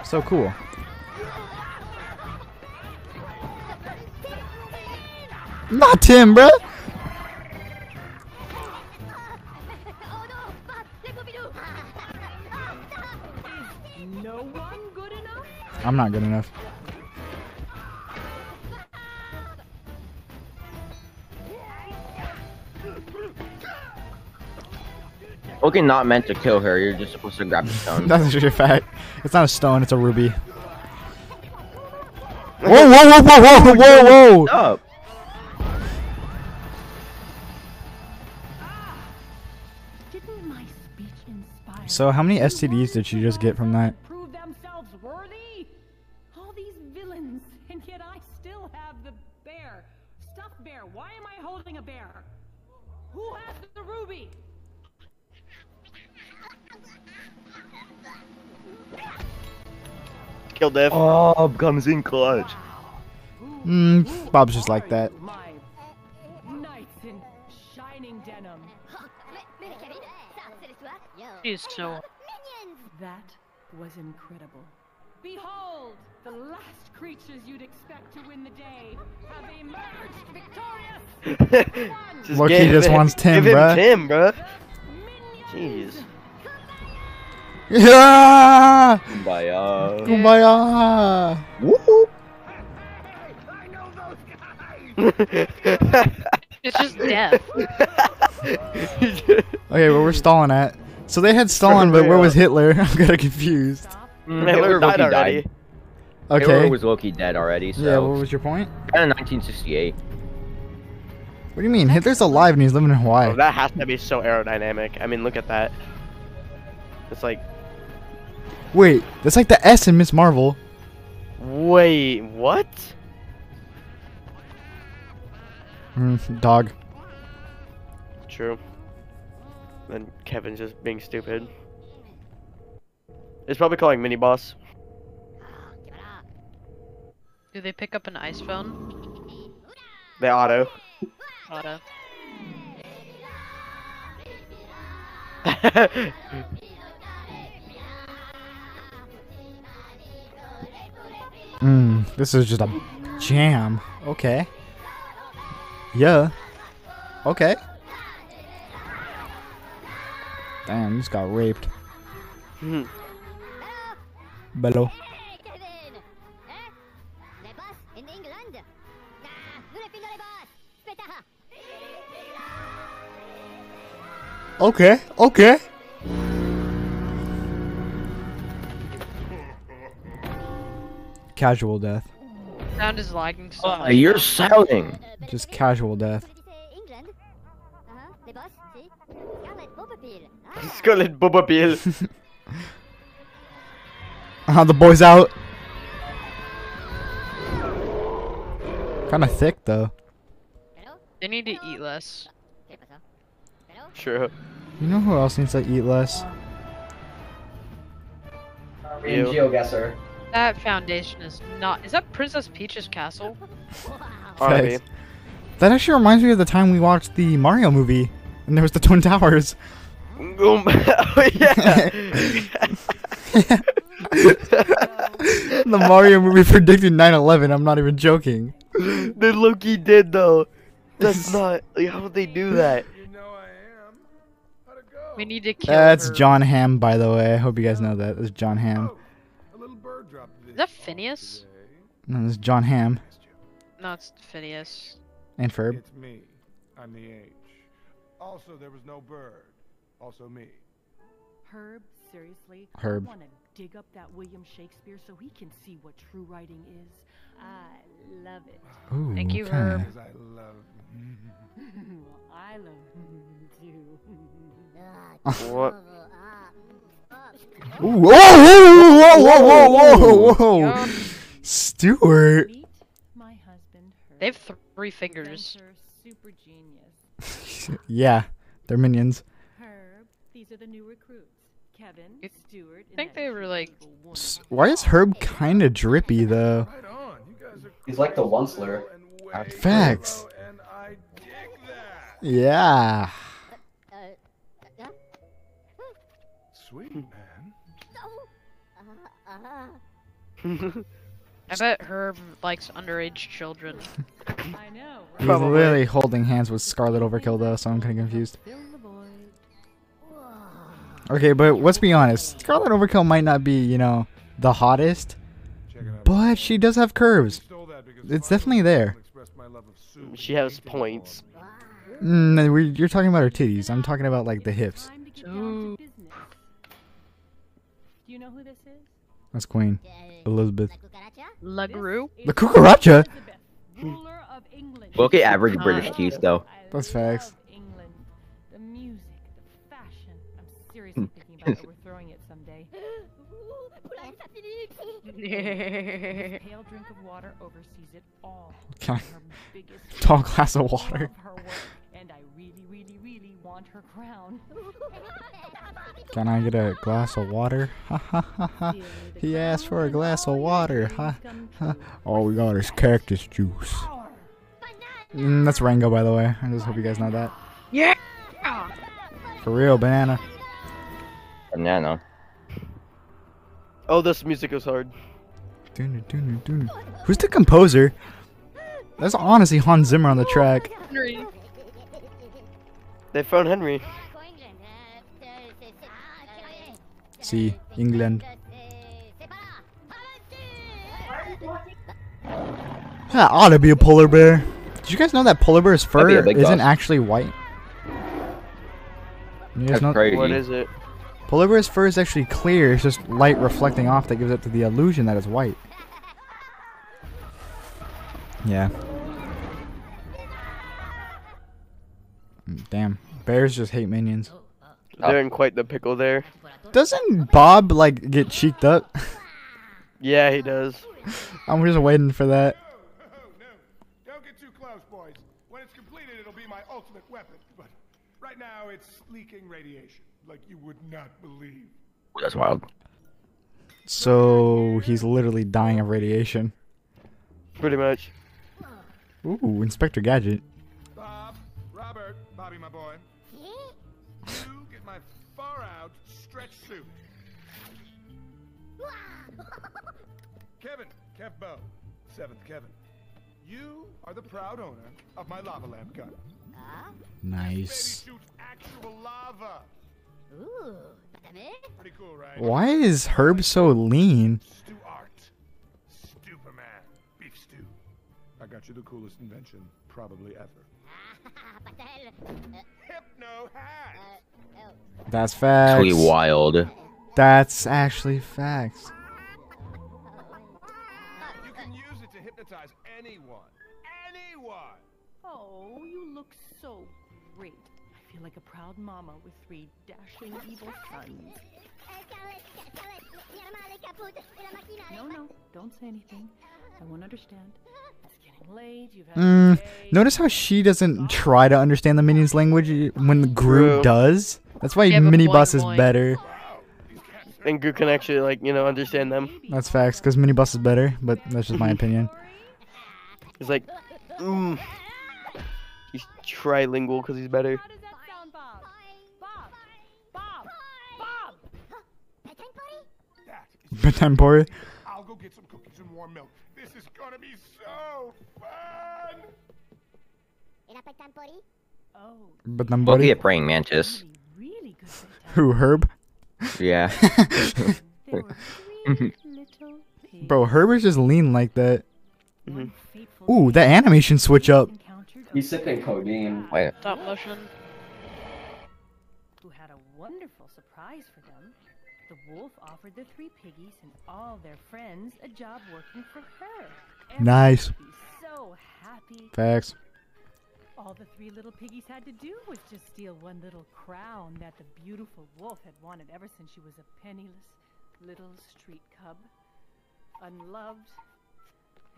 Speaker 1: So cool. Not Tim, bruh.
Speaker 8: Oh,
Speaker 12: No one good enough.
Speaker 1: I'm not good enough.
Speaker 3: Okay, not meant to kill her. You're just supposed to grab the stone.
Speaker 1: That's just a fact. It's not a stone, it's a ruby. Whoa, whoa, whoa, whoa, whoa, whoa, whoa!
Speaker 3: Up.
Speaker 12: Didn't my speech inspire
Speaker 1: So, how many STDs did she just get from that?
Speaker 12: prove themselves worthy? All these villains, and yet I still have the bear. Stuffed bear. Why am I holding a bear? Who has the ruby?
Speaker 5: Kill Div.
Speaker 3: Oh, comes in clutch.
Speaker 1: Mm, Bob's just like that.
Speaker 12: My knights in shining denim.
Speaker 2: She's so.
Speaker 12: That was incredible. Behold, the last creatures you'd expect to win the day have emerged victorious.
Speaker 5: Just
Speaker 1: Loki
Speaker 5: give
Speaker 1: just
Speaker 5: him-
Speaker 1: wants Tim,
Speaker 5: give him
Speaker 1: bruh.
Speaker 5: Tim, bruh. Jeez.
Speaker 1: Yeah! Oh
Speaker 3: Kumbaya.
Speaker 1: Kumbaya! Mm,
Speaker 2: It's just death.
Speaker 1: Okay, where we're stalling at? So they had Stalin, but where was Hitler? I'm kind of confused.
Speaker 5: Hitler died already.
Speaker 1: Okay.
Speaker 3: Hitler was Loki dead already, so.
Speaker 1: Yeah, what was your point?
Speaker 3: Kind of 1968.
Speaker 1: What do you mean? Hitler's alive and he's living in Hawaii.
Speaker 5: Oh, that has to be so aerodynamic. I mean, look at that. It's like,
Speaker 1: Wait, that's like the S in Miss Marvel.
Speaker 5: wait, what?
Speaker 1: Mm, dog.
Speaker 5: True. Then Kevin's just being stupid. It's probably calling mini boss.
Speaker 2: Do they pick up an ice phone?
Speaker 5: The auto.
Speaker 2: Auto.
Speaker 1: Mm, this is just a jam. Okay. Yeah. Okay. Damn, just got raped.
Speaker 5: Hmm.
Speaker 1: Bello.
Speaker 8: in England. Ah, Filipino boss. Spetaha.
Speaker 1: Okay, okay. Casual death.
Speaker 2: Sound is lagging so
Speaker 5: Oh,
Speaker 3: Uh, you're sounding.
Speaker 1: Just casual death.
Speaker 5: Scarlet Boba Bill.
Speaker 1: Uh, the boy's out. Kind of thick though.
Speaker 2: They need to eat less.
Speaker 5: Sure.
Speaker 1: You know who else needs to eat less?
Speaker 5: You.
Speaker 13: GeoGuessr.
Speaker 2: That foundation is not. Is that Princess Peach's castle?
Speaker 1: Facts. That actually reminds me of the time we watched the Mario movie, and there was the Twin Towers.
Speaker 5: Um, oh, yeah.
Speaker 1: the Mario movie predicted 9/11. I'm not even joking.
Speaker 5: they Loki did though. That's not. Like, how would they do that?
Speaker 2: We need to kill.
Speaker 1: That's
Speaker 2: her.
Speaker 1: John Hamm, by the way. I hope you guys know that. That's John
Speaker 2: Oh.
Speaker 1: Hamm.
Speaker 14: Oh,
Speaker 2: Is that Phineas?
Speaker 1: No, that's John Hamm
Speaker 2: No, it's Phineas.
Speaker 1: and Ferb.
Speaker 14: It's me. I'm the H. Also, there was no bird. Also me.
Speaker 12: Herb, seriously?
Speaker 1: Herb.
Speaker 12: I want to dig up that William Shakespeare so he can see what true writing is. I love it.
Speaker 1: Ooh,
Speaker 2: Thank you,
Speaker 1: okay.
Speaker 2: Herb.
Speaker 14: I love.
Speaker 12: I love him too.
Speaker 5: What?
Speaker 1: Ooh, whoa, whoa, whoa, whoa, whoa, whoa, whoa.
Speaker 2: Yeah.
Speaker 1: Stuart.
Speaker 2: They have three fingers.
Speaker 12: Super genius.
Speaker 1: Yeah, they're minions.
Speaker 12: Herb, these are the new recruits. Kevin, Stewart,
Speaker 2: I think they were like.
Speaker 1: S- Why is Herb kind of drippy though?
Speaker 13: He's like the Onceler.
Speaker 1: Facts. Yeah.
Speaker 14: Sweet man.
Speaker 2: I bet Herb likes underage children.
Speaker 12: I know.
Speaker 1: He's literally holding hands with Scarlet Overkill though, so I'm kind of confused. Okay, but let's be honest. Scarlet Overkill might not be, you know, the hottest, but she does have curves. It's definitely there.
Speaker 5: She has points.
Speaker 1: Mm, no, we- you're talking about her titties. I'm talking about like the hips.
Speaker 12: Do you know who this is?
Speaker 1: That's Queen Elizabeth.
Speaker 2: LaGru?
Speaker 1: The cucaracha.
Speaker 12: Ruler of England.
Speaker 3: Look at average British teeth though.
Speaker 1: That's facts.
Speaker 12: England. The music, the fashion. I'm
Speaker 5: Hmm.
Speaker 12: seriously thinking about overthrowing it someday. This pale drink of water oversees it all.
Speaker 1: Can I-
Speaker 12: Her biggest
Speaker 1: Tall glass of water.
Speaker 12: love her work, and I really, really, really want her crown.
Speaker 1: Can I get a glass of water? Ha ha ha ha. He asked for a glass of water. Ha ha. All we got is cactus juice. Mm, that's Rango, by the way. I just hope you guys know that.
Speaker 2: Yeah!
Speaker 1: For real, banana.
Speaker 3: Banana.
Speaker 5: Oh, this music is hard.
Speaker 1: Dun, dun, dun, dun. Who's the composer? That's honestly Hans Zimmer on the track.
Speaker 2: Henry.
Speaker 5: They found Henry.
Speaker 1: See, England. That ought to be a polar bear. Did you guys know that polar bear's
Speaker 3: That'd be a
Speaker 1: fur
Speaker 3: big
Speaker 1: isn't
Speaker 3: dog.
Speaker 1: actually white? You guys
Speaker 3: That's
Speaker 1: know-
Speaker 3: crazy.
Speaker 5: What is it?
Speaker 1: Polar bear's fur is actually clear. It's just light reflecting off that gives it the illusion that it's white. Yeah. Mm, Damn. Bears just hate minions.
Speaker 5: They're in quite the pickle there.
Speaker 1: Doesn't Bob like get cheeked up?
Speaker 5: Yeah, he does.
Speaker 1: I'm just waiting for that.
Speaker 14: Oh, Don't get too close, boys. When it's completed, it'll be my ultimate weapon. But right now, it's leaking radiation, like you would not believe.
Speaker 3: That's wild.
Speaker 1: So he's literally dying of radiation.
Speaker 5: Pretty much.
Speaker 1: Ooh, Inspector Gadget.
Speaker 14: Bob, Robert, Bobby, my boy. You get my far out stretch suit. Kevin, Kev Bo, seventh Kevin. You are the proud owner of my lava lamp gun.
Speaker 1: Nice.
Speaker 14: Shoots actual lava. Pretty cool, right?
Speaker 1: Why is Herb so lean?
Speaker 14: Stew art. Superman. Beef stew. I got you the coolest invention probably ever. Hypno hats.
Speaker 1: That's facts.
Speaker 3: Actually wild.
Speaker 1: That's actually facts.
Speaker 14: You can use it to hypnotize anyone. Anyone.
Speaker 12: Oh, you look so great. I feel like a proud mama with three dashing evil sons. No, no, don't say anything. I won't understand. It's getting late. You've had a
Speaker 1: Mm,
Speaker 12: day.
Speaker 1: notice how she doesn't try to understand the minions' language when Gru
Speaker 5: True.
Speaker 1: does. That's why
Speaker 5: Yeah, but
Speaker 1: Minibus
Speaker 5: boing,
Speaker 1: is
Speaker 5: boing.
Speaker 1: better.
Speaker 5: And Goo can actually like you know understand them.
Speaker 1: That's facts, because Minibus is better, but that's just my opinion.
Speaker 5: He's like, mm. he's trilingual because he's better.
Speaker 1: But Tempori,
Speaker 14: I'll go get some cookies and warm milk. This is gonna be so fun.
Speaker 12: Oh,
Speaker 1: but
Speaker 3: Look
Speaker 1: Tempori,
Speaker 3: at praying mantis.
Speaker 12: really good.
Speaker 1: who Herb?
Speaker 3: Yeah.
Speaker 12: They were three little pigs.
Speaker 1: Hmm. Bro, Herb is just lean like that.
Speaker 12: Mhm.
Speaker 1: Ooh, that animation switch up.
Speaker 13: He's sipping codeine.
Speaker 3: Wait.
Speaker 2: Stop motion.
Speaker 12: Who had a wonderful surprise for them. The wolf offered the three piggies and all their friends a job working for her. Everyone
Speaker 1: Nice.
Speaker 12: would be So happy.
Speaker 1: Facts.
Speaker 12: All the three little piggies had to do was just steal one little crown that the beautiful wolf had wanted ever since she was a penniless little street cub. Unloved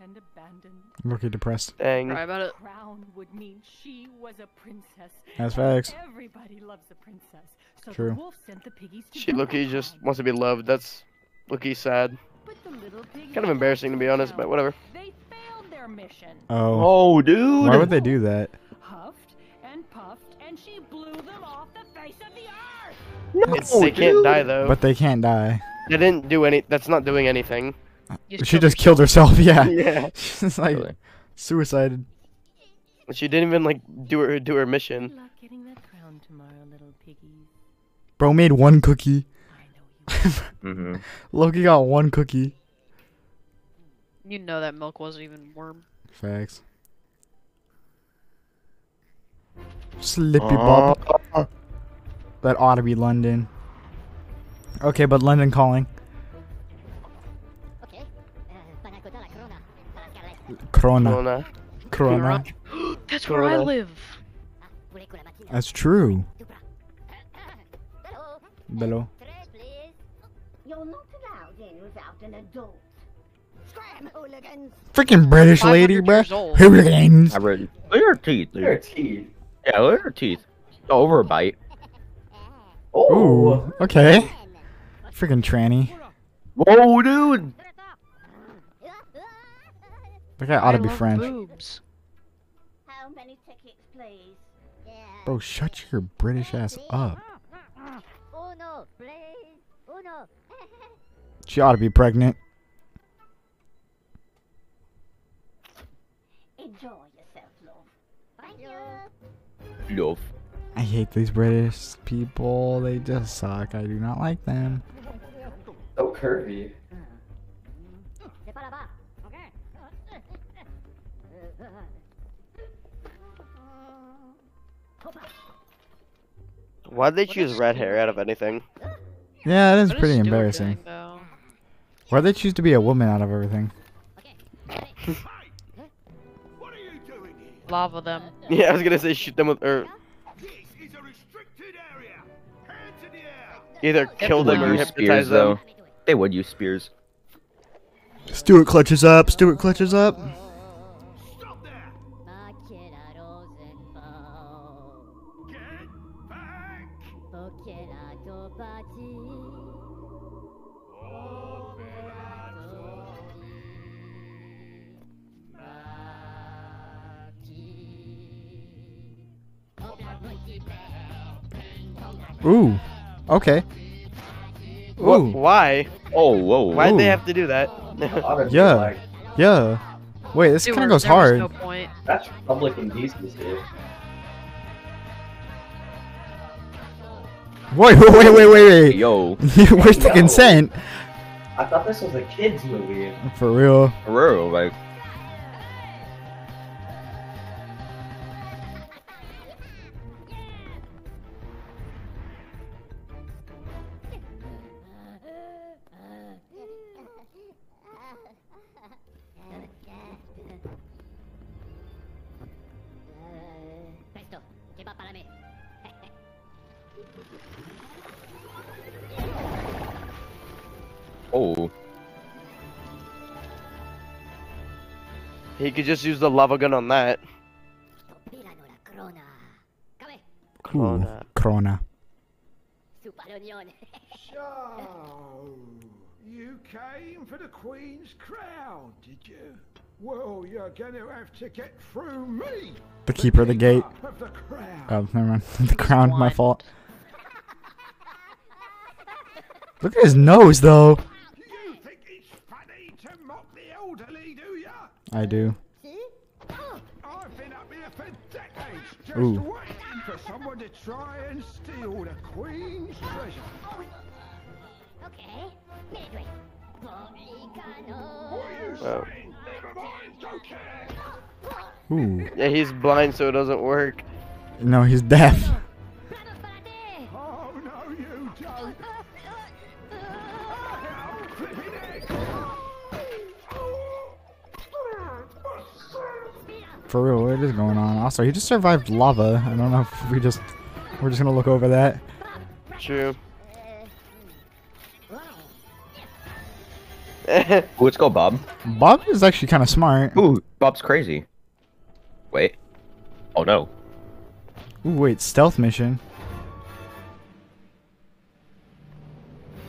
Speaker 12: and abandoned.
Speaker 1: Rookie depressed.
Speaker 5: Dang.
Speaker 2: Cry about it.
Speaker 12: Crown would mean she was a princess.
Speaker 1: That's
Speaker 12: and
Speaker 1: facts.
Speaker 12: Everybody loves a princess. So
Speaker 5: True.
Speaker 12: the wolf sent the piggies to
Speaker 5: She
Speaker 12: do
Speaker 5: Loki
Speaker 12: that.
Speaker 5: just wants to be loved. That's Loki's sad.
Speaker 12: But the little piggies
Speaker 5: Kind of embarrassing to be honest, but whatever.
Speaker 12: They failed their mission.
Speaker 1: Oh.
Speaker 5: Oh, dude.
Speaker 1: Why would they do that?
Speaker 12: Huffed and puffed, and she blew them off the face of the earth.
Speaker 5: It's- they can't die though.
Speaker 1: But they can't die.
Speaker 5: They didn't do any. That's not doing anything.
Speaker 1: She just killed herself. Yeah.
Speaker 5: Yeah.
Speaker 1: She's like suicided.
Speaker 5: She didn't even like do her do her mission.
Speaker 12: Luck getting that crown tomorrow, little piggies.
Speaker 1: Bro made one cookie.
Speaker 3: mm-hmm.
Speaker 1: Loki got one cookie.
Speaker 2: You know that milk wasn't even warm.
Speaker 1: Facts. Slippy
Speaker 5: Uh.
Speaker 1: Bob. That ought to be London. Okay, but London calling.
Speaker 8: Euh,
Speaker 1: Corona.
Speaker 5: Corona.
Speaker 1: Corona.
Speaker 2: That's where I
Speaker 5: Corona.
Speaker 2: live.
Speaker 8: Ah,
Speaker 1: That's true. Bello.
Speaker 8: You're not allowed in without an adult. Scram, hooligans!
Speaker 1: Freaking British lady, bruh. Hooligans.
Speaker 3: I read. Look at her teeth. Look at her teeth. Yeah, look at her teeth. Overbite.
Speaker 13: Oh,
Speaker 1: Ooh. Okay. Freaking tranny.
Speaker 3: Whoa, dude.
Speaker 1: That guy ought to
Speaker 2: I
Speaker 1: be
Speaker 2: love
Speaker 1: French.
Speaker 2: Boobs.
Speaker 8: How many tickets, please?
Speaker 1: Bro, shut your British ass up.
Speaker 8: Uno, please. Uno.
Speaker 1: She ought to be pregnant.
Speaker 8: Enjoy yourself, love. Thank you.
Speaker 3: Love.
Speaker 1: I hate these British people. They just suck. I do not like them.
Speaker 13: So curvy.
Speaker 8: C'est pas là-bas. Okay.
Speaker 5: Why'd they choose red hair out of anything?
Speaker 1: Yeah, it is
Speaker 2: What
Speaker 1: pretty
Speaker 2: Stuart
Speaker 1: embarrassing.
Speaker 2: doing, though?
Speaker 1: Why'd they choose to be a woman out of everything?
Speaker 2: Lava them.
Speaker 5: Yeah, I was gonna say shoot them with or either kill
Speaker 3: They
Speaker 5: them
Speaker 3: would
Speaker 5: or
Speaker 3: use spears
Speaker 5: hypnotize them.
Speaker 3: though. They would use spears.
Speaker 1: Stuart clutches up. Stuart clutches up. Ooh. Okay.
Speaker 5: What?
Speaker 1: Ooh.
Speaker 5: Why?
Speaker 3: Oh, whoa.
Speaker 5: Why'd they
Speaker 1: Ooh.
Speaker 5: have to do that?
Speaker 1: Yeah. Yeah. Wait, this kind of
Speaker 2: Stuart,
Speaker 1: goes
Speaker 2: there was
Speaker 1: hard.
Speaker 2: no point.
Speaker 13: That's public indecency.
Speaker 1: Wait, wait, wait, wait, wait.
Speaker 3: Yo.
Speaker 1: Where's the
Speaker 13: Yo.
Speaker 1: consent?
Speaker 13: I thought this was a kids movie.
Speaker 1: For real.
Speaker 3: For real, like. Oh.
Speaker 5: He could just use the lava gun on that.
Speaker 1: Krona. Krona.
Speaker 14: So, you came for the Queen's crown, did you? Well, you're gonna have to get through me.
Speaker 1: The keeper of the gate. Oh, never mind. the crown, my fault. Look at his nose, though. I do.
Speaker 8: Oh,
Speaker 1: Ooh.
Speaker 14: Waiting for someone to try and steal the Queen's treasure.
Speaker 8: Okay, midway. Boh,
Speaker 5: Oh.
Speaker 8: Boh.
Speaker 1: Ooh.
Speaker 5: Yeah, he's blind, so it doesn't work.
Speaker 1: No, he's deaf.
Speaker 14: Oh,
Speaker 1: For real, what is going on? Also, he just survived lava. I don't know if we just we're just gonna look over that.
Speaker 5: True.
Speaker 3: Let's go, Bob.
Speaker 1: Bob is actually kind of smart.
Speaker 3: Ooh, Bob's crazy. Wait. Oh no.
Speaker 1: Ooh, wait, stealth mission.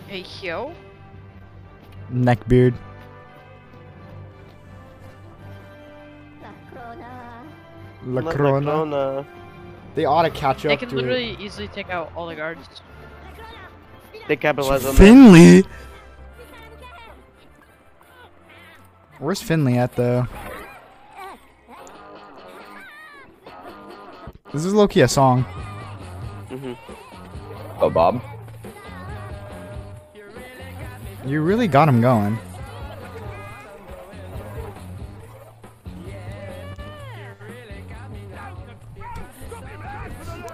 Speaker 2: Hey, yo.
Speaker 1: Neckbeard. Lacrona.
Speaker 5: Lacrona.
Speaker 1: They ought to catch
Speaker 2: They
Speaker 1: up
Speaker 2: can
Speaker 1: to it.
Speaker 2: literally easily take out all the guards.
Speaker 5: They capitalize on that.
Speaker 1: Finley. Where's Finley at though? This is Loki a song.
Speaker 5: Mhm.
Speaker 3: Oh, Bob.
Speaker 1: You really got him going.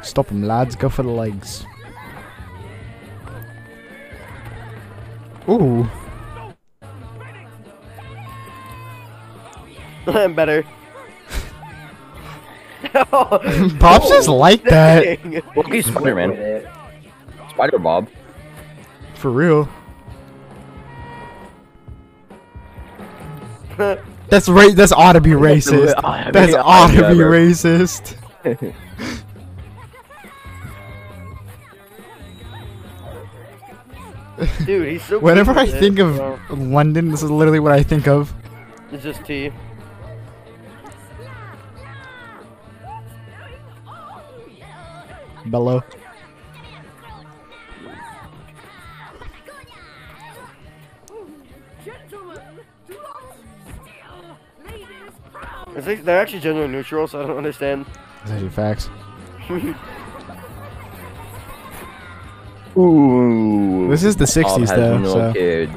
Speaker 1: Stop him, lads. Go for the legs. Ooh.
Speaker 5: Better.
Speaker 1: Bob's just like that.
Speaker 3: Loki's Spider Man. Spider Bob.
Speaker 1: For real.
Speaker 5: that.
Speaker 1: That's ra- That's ought to be racist.
Speaker 3: I
Speaker 1: That's
Speaker 3: mean,
Speaker 1: ought to
Speaker 3: I-
Speaker 1: be
Speaker 3: yeah, bro.
Speaker 1: racist.
Speaker 5: Dude, he's so.
Speaker 1: Whenever
Speaker 5: good
Speaker 1: I
Speaker 5: with it,
Speaker 1: think of
Speaker 5: bro.
Speaker 1: London, this is literally what I think of.
Speaker 5: it's just tea.
Speaker 1: Bellow.
Speaker 5: It's like they're actually gender neutral, so I don't understand.
Speaker 1: That's actually facts.
Speaker 3: Ooh.
Speaker 1: This is the 60s
Speaker 3: Bob has
Speaker 1: though,
Speaker 3: No
Speaker 1: so-
Speaker 3: kid.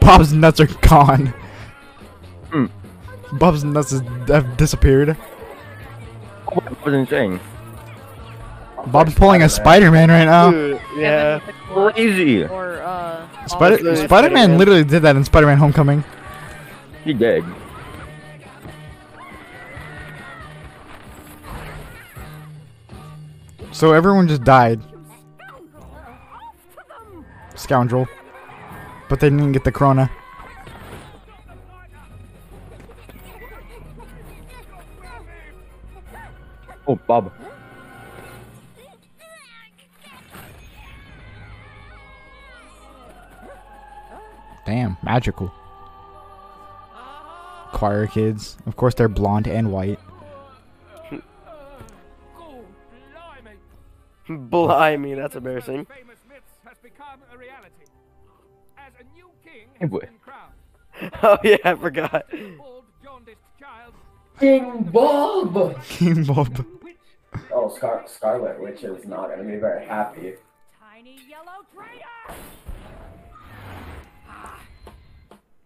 Speaker 1: Bob's nuts are gone.
Speaker 3: Hmm.
Speaker 1: Bob's nuts is, have disappeared.
Speaker 3: What was insane?
Speaker 1: Bob's pulling a Spider-Man right now.
Speaker 5: Dude, yeah.
Speaker 3: Crazy.
Speaker 2: Or, uh.
Speaker 1: Spider-
Speaker 5: Spider-Man.
Speaker 1: Spider-Man literally did that in Spider-Man: Homecoming.
Speaker 3: He dead.
Speaker 1: So everyone just died. Scoundrel. But they didn't get the Corona.
Speaker 3: Oh, Bob.
Speaker 1: Damn, magical. Choir kids. Of course, they're blonde and white.
Speaker 5: Blimey, that's embarrassing.
Speaker 3: Hey, boy.
Speaker 5: Oh yeah, I forgot.
Speaker 6: King Bob!
Speaker 1: King Bob.
Speaker 6: Oh, Scar- Scarlet Witch is not gonna be very happy.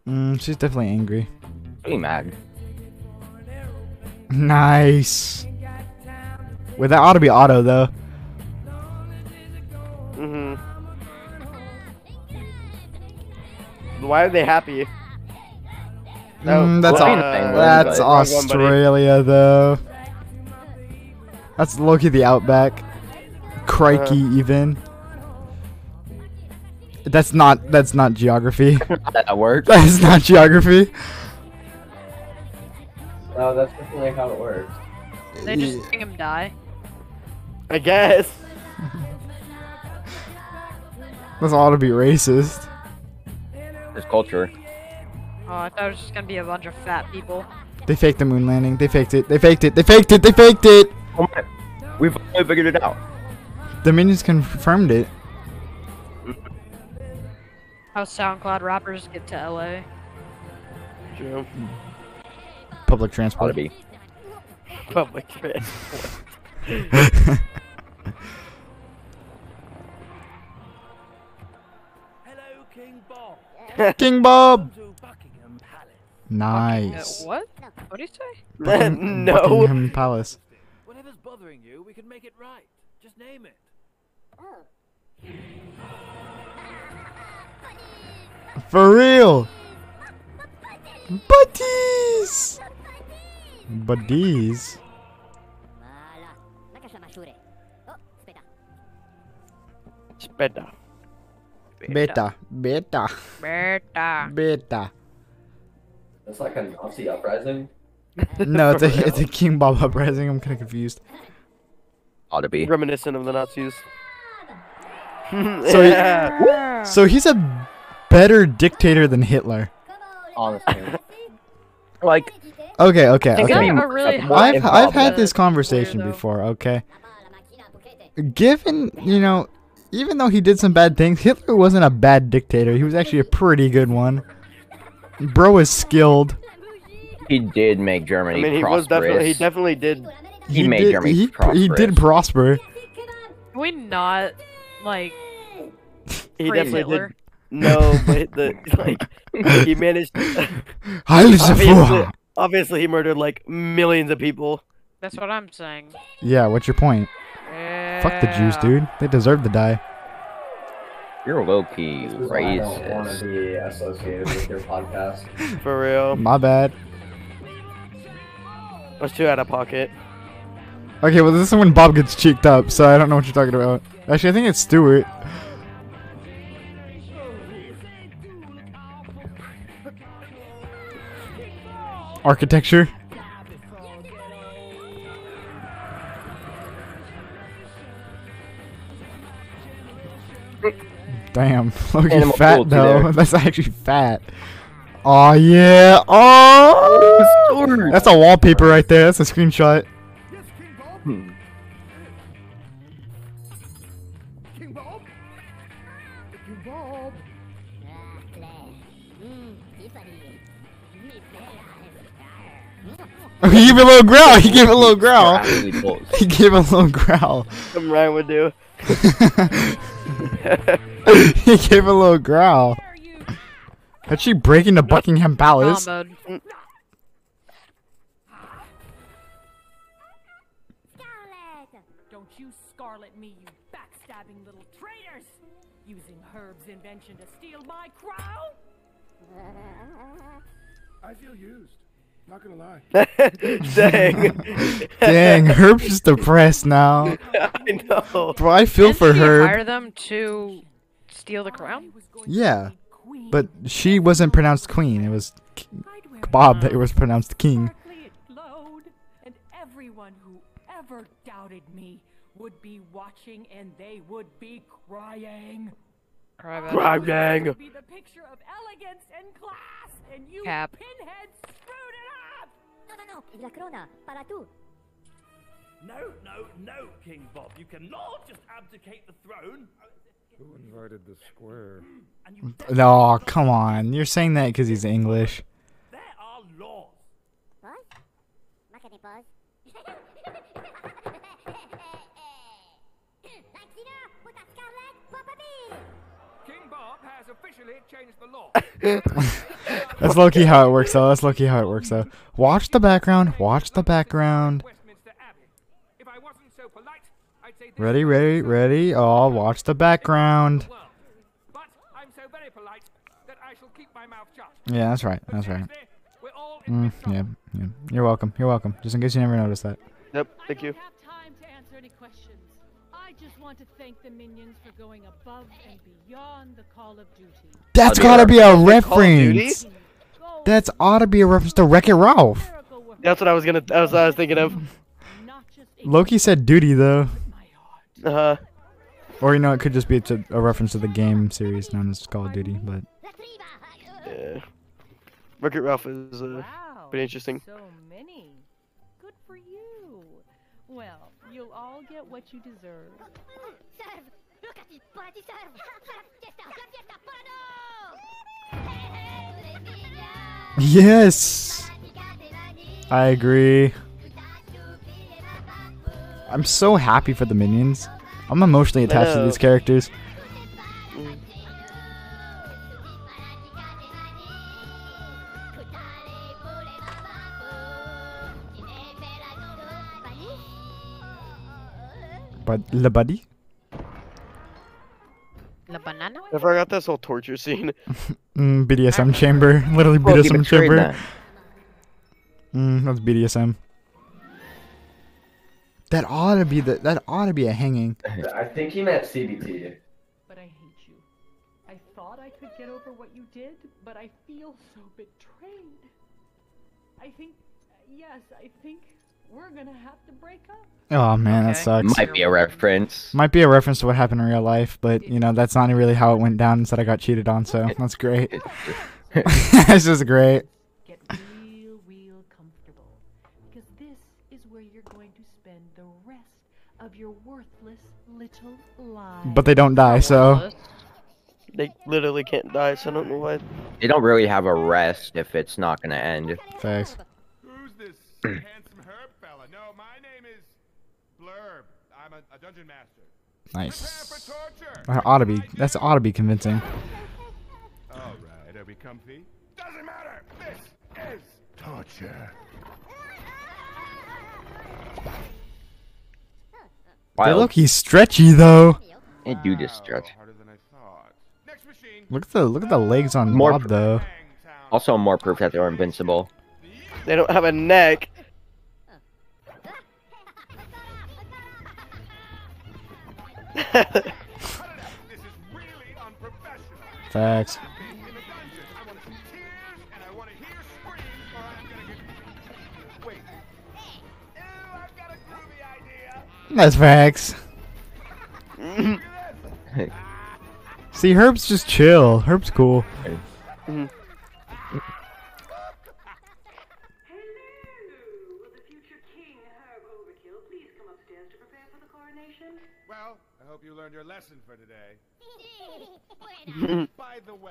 Speaker 1: Mm, she's definitely angry.
Speaker 3: Pretty mad.
Speaker 1: Nice. Well, that ought to be auto though.
Speaker 5: Mm-hmm. Why are they happy?
Speaker 1: Mm, that's
Speaker 5: well,
Speaker 1: au-
Speaker 5: uh, well,
Speaker 1: that's
Speaker 5: well, everyone, buddy.
Speaker 1: Australia though.
Speaker 5: Uh-huh.
Speaker 1: That's Loki the Outback. Crikey, even. That's not. That's not geography.
Speaker 3: that works.
Speaker 1: That's not geography.
Speaker 13: No, that's definitely how it works.
Speaker 2: They just make him die.
Speaker 5: I guess.
Speaker 1: That's all to be racist.
Speaker 3: It's culture.
Speaker 2: Oh, I thought it was just gonna be a bunch of fat people.
Speaker 1: They faked the moon landing. They faked it. They faked it. They faked it. They faked it.
Speaker 3: Oh my. We've finally figured it out.
Speaker 1: The minions confirmed it.
Speaker 2: How SoundCloud rappers get to Uh, LA.
Speaker 5: True.
Speaker 1: Public transport.
Speaker 3: be.
Speaker 5: Public transport.
Speaker 1: King Bob. Nice.
Speaker 2: Uh, what? What do you say?
Speaker 1: Buckingham-
Speaker 5: No.
Speaker 1: Buckingham Palace.
Speaker 7: Whatever's bothering you, we can make it right. Just name it.
Speaker 1: For real. Buddies. Buddies.
Speaker 5: It's better.
Speaker 1: Beta. Beta.
Speaker 2: Berta.
Speaker 1: Beta.
Speaker 13: It's like a Nazi uprising.
Speaker 1: No, it's a it's a King Bob uprising. I'm kind of confused.
Speaker 3: Ought to be.
Speaker 5: Reminiscent of the Nazis.
Speaker 1: So,
Speaker 5: yeah.
Speaker 1: so he's a better dictator than Hitler.
Speaker 3: Honestly. like,
Speaker 1: Okay, okay,
Speaker 2: They
Speaker 1: okay.
Speaker 2: got a really high
Speaker 1: I've I've had
Speaker 2: involvement.
Speaker 1: this conversation before. Okay. Given you know, even though he did some bad things, Hitler wasn't a bad dictator. He was actually a pretty good one. Bro is skilled.
Speaker 3: he did make
Speaker 5: I
Speaker 3: Germany
Speaker 5: mean, he was
Speaker 3: prosperous.
Speaker 5: definitely he definitely did.
Speaker 3: He made
Speaker 1: did,
Speaker 3: Germany
Speaker 1: he, he
Speaker 3: prosperous.
Speaker 1: did prosper.
Speaker 2: Can we not, like,
Speaker 5: He
Speaker 2: Free
Speaker 5: definitely
Speaker 2: Hitler.
Speaker 5: did. No, but the like he managed.
Speaker 1: Heil is a
Speaker 5: obviously,
Speaker 1: fool.
Speaker 5: obviously, he murdered like millions of people.
Speaker 2: that's what I'm saying.
Speaker 1: Yeah, what's your point? Fuck the Jews, dude. They deserve to die.
Speaker 3: You're low key
Speaker 13: This is why I don't want
Speaker 3: racist.
Speaker 13: to be associated with your podcast.
Speaker 5: For real,
Speaker 1: My bad.
Speaker 5: I was too out of pocket.
Speaker 1: Okay, well this is when Bob gets cheeked up, so I don't know what you're talking about. Actually, I think it's Stewart. Architecture. Damn, Loki
Speaker 3: Animal
Speaker 1: fat
Speaker 3: cruelty
Speaker 1: though.
Speaker 3: there.
Speaker 1: That's actually fat. Oh yeah. Oh,
Speaker 3: Stewart.
Speaker 1: that's a wallpaper right there. That's a screenshot.
Speaker 3: Hmm.
Speaker 11: King Bob? King Bob?
Speaker 1: he gave a little growl. He gave a little growl.
Speaker 3: Absolutely bullshit.
Speaker 1: He gave a little growl.
Speaker 5: Some Ryan would do.
Speaker 1: he gave a little growl. That's she breaking into Buckingham Palace.
Speaker 2: Combo.
Speaker 12: Don't you scarlet me, you backstabbing little traitors! Using Herb's invention to steal my crown?
Speaker 14: I feel used. Not gonna lie.
Speaker 5: Dang.
Speaker 1: Dang, Herb's just depressed now.
Speaker 5: I know.
Speaker 1: Bro, I feel
Speaker 2: Didn't
Speaker 1: for
Speaker 2: she
Speaker 1: Herb.
Speaker 2: hire them to steal the crown?
Speaker 1: Yeah, but she wasn't pronounced queen. It was K- Bob that was pronounced king.
Speaker 12: Darkly it glowed, and everyone who ever doubted me would be watching and they would be crying.
Speaker 2: Cry about it.
Speaker 5: Cry.
Speaker 12: I would
Speaker 5: Crying.
Speaker 12: forever Be the picture of elegance and class, and you
Speaker 2: Cap.
Speaker 12: pinheads screwed it up!
Speaker 7: No, no, no, King Bob. You cannot just abdicate the throne.
Speaker 13: Who invited the square?
Speaker 1: No, come on. You're saying that because he's English.
Speaker 7: There are laws.
Speaker 10: King Bob has officially changed the law.
Speaker 1: That's low key how it works though. That's low key how it works though. Watch the background. Watch the background.
Speaker 10: Westminster Abbey. If I wasn't so polite, I'd say this
Speaker 1: Ready, ready, ready. Oh, watch the background.
Speaker 10: well. But I'm so very polite that I shall keep my mouth shut.
Speaker 1: Yeah, that's right. That's right.
Speaker 10: Seriously, We're all in
Speaker 1: Mm,
Speaker 10: big trouble.
Speaker 1: yeah, yeah. You're welcome. You're welcome. Just in case you never noticed that.
Speaker 5: Nope. Thank
Speaker 12: I
Speaker 5: you.
Speaker 12: don't have time to answer any questions. I just
Speaker 2: want to thank the minions for going above and beyond the call of duty.
Speaker 1: That's gotta be a reference. That's ought to be a reference to Wreck It Ralph.
Speaker 5: That's what I was gonna. That was what I was thinking of.
Speaker 1: Loki said duty though,
Speaker 5: Uh huh.
Speaker 1: or you know it could just be to, a reference to the game series known as Call of Duty. But
Speaker 5: Yeah. Wreck-It Ralph is uh, pretty interesting.
Speaker 2: So many. Good for you. Well, you'll all get what you deserve.
Speaker 8: Serve! Look at this body serve! Serve! Fiesta! La fiesta! Parado!
Speaker 1: yes, I agree.
Speaker 8: boh.
Speaker 1: I'm so happy for the minions. I'm emotionally
Speaker 5: I
Speaker 1: attached to
Speaker 5: know.
Speaker 1: these characters. But Le Buddy?
Speaker 15: La banana?
Speaker 5: I forgot this whole torture scene.
Speaker 1: Mm, BDSM chamber. Literally
Speaker 5: Well, keep
Speaker 1: BDSM
Speaker 5: it straight
Speaker 1: chamber.
Speaker 5: then.
Speaker 1: Mm, that's BDSM. That ought to be the that ought to be a hanging.
Speaker 6: I think he meant CBT.
Speaker 2: But I hate you. I thought I could get over what you did, but I feel so betrayed. I think, yes, I think we're gonna have to break up.
Speaker 1: Oh man, that
Speaker 3: Okay.
Speaker 1: sucks.
Speaker 3: Might be a reference.
Speaker 1: Might be a reference to what happened in real life, but you know that's not really how it went down. Instead, I got cheated on, so that's great. this is great.
Speaker 2: Get real, real comfortable. Because this is where you're going to spend the rest of your worthless little life.
Speaker 1: But they don't die, so
Speaker 5: They literally can't die, so I don't know why.
Speaker 3: They don't really have a rest if it's not gonna end.
Speaker 1: Thanks.
Speaker 14: Who's this handsome herb fella? No, my name is Blurb. I'm a, a dungeon master.
Speaker 1: nice. That ought to be that's ought to be convincing.
Speaker 14: All right, are we comfy? Doesn't matter. This is torture.
Speaker 1: They look he's stretchy though.
Speaker 3: They do just stretch.
Speaker 1: Look at the look at the legs on
Speaker 3: More
Speaker 1: Bob though.
Speaker 3: Also, more proof that they're invincible.
Speaker 5: They don't have a neck.
Speaker 1: Facts. That's facts. See, Herb's just chill. Herb's cool.
Speaker 5: Mhm.
Speaker 14: Well, I hope you learned your lesson for today. By the way,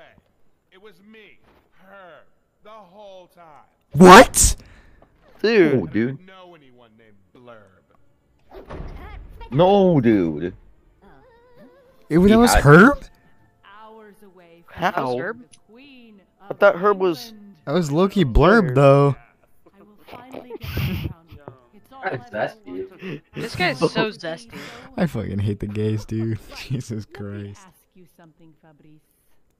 Speaker 14: it was me, her, the whole time.
Speaker 1: What?
Speaker 5: Dude.
Speaker 3: Oh, dude.
Speaker 14: Know anyone named Blurb?
Speaker 3: No, dude.
Speaker 1: It was,
Speaker 3: Yeah,
Speaker 1: it was
Speaker 3: I-
Speaker 1: Herb?
Speaker 2: Hours away from
Speaker 5: How?
Speaker 2: the Queen
Speaker 5: I thought Herb was.
Speaker 1: That was Loki Blurb, though.
Speaker 6: zesty.
Speaker 15: This guy's so zesty.
Speaker 1: I fucking hate the gays, dude. Jesus Christ.
Speaker 2: ask you something, Fabrice.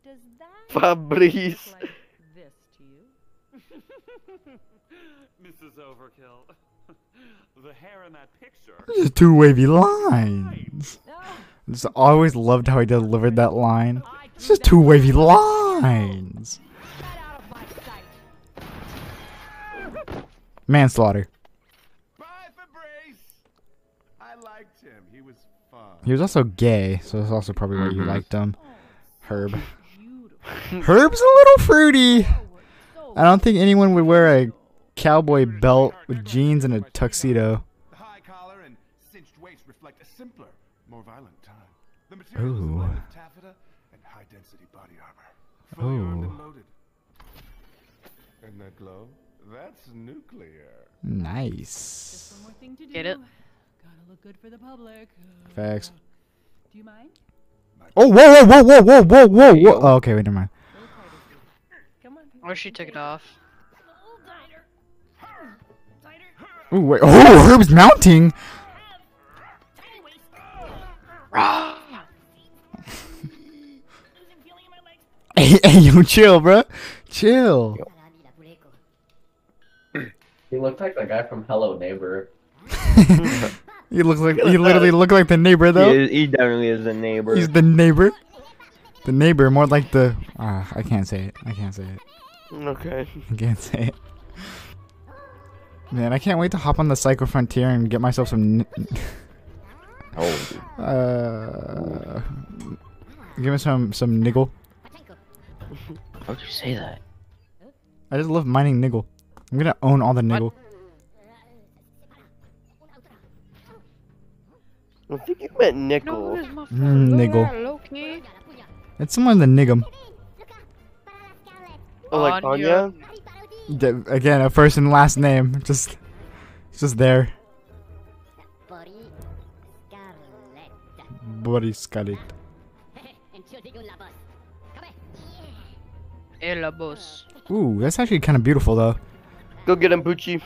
Speaker 2: Does that
Speaker 5: Fabrice.
Speaker 2: look like this to you?
Speaker 16: Mrs. Overkill. the hair in that picture.
Speaker 1: These are two wavy lines. Just always loved how he delivered that line. It's just two wavy lines. Manslaughter.
Speaker 14: Bye, Fabrice! I liked him. He was fun.
Speaker 1: He was also gay, so that's also probably why you
Speaker 3: Mhm.
Speaker 1: liked him. Herb. Herb's a little fruity. I don't think anyone would wear a cowboy belt with jeans and a tuxedo.
Speaker 14: The high collar and cinched waist reflect a simpler, more violent time. The material is the
Speaker 1: Ooh.
Speaker 14: blend of taffeta and high-density body armor. Fully armed and
Speaker 1: Ooh.
Speaker 14: loaded. And that glow? That's nuclear.
Speaker 1: Nice.
Speaker 2: One more thing to do.
Speaker 15: Get it?
Speaker 2: Gotta look good for the public.
Speaker 1: Facts.
Speaker 2: Do you mind?
Speaker 1: Oh, whoa, whoa, whoa, whoa, whoa, whoa, whoa, whoa. Oh, okay, wait, never mind.
Speaker 15: Or she took it off.
Speaker 1: Ooh, wait. Oh, Herb's mounting. hey, hey, yo, chill, bro. Chill.
Speaker 6: He looked like the guy from Hello Neighbor.
Speaker 1: He looks like he literally looked like the neighbor though.
Speaker 17: He, is, he definitely is the neighbor.
Speaker 1: He's the neighbor. The neighbor, more like the. ah, I can't say it. I can't say it.
Speaker 5: Okay.
Speaker 1: I can't say it. Man, I can't wait to hop on the Psycho Frontier and get myself some. n- uh, give me some some niggle.
Speaker 3: How'd you say that?
Speaker 1: I just love mining niggle. I'm gonna own all the niggle.
Speaker 5: I think you meant nickel.
Speaker 1: Mm, niggle. It's somewhere in the niggum.
Speaker 5: Oh, like Anya?
Speaker 1: D- Again, a first and last name. Just, it's just there. Boris Kalit.
Speaker 2: El boss.
Speaker 1: Ooh, that's actually kind of beautiful though.
Speaker 5: Go get him, Bucci.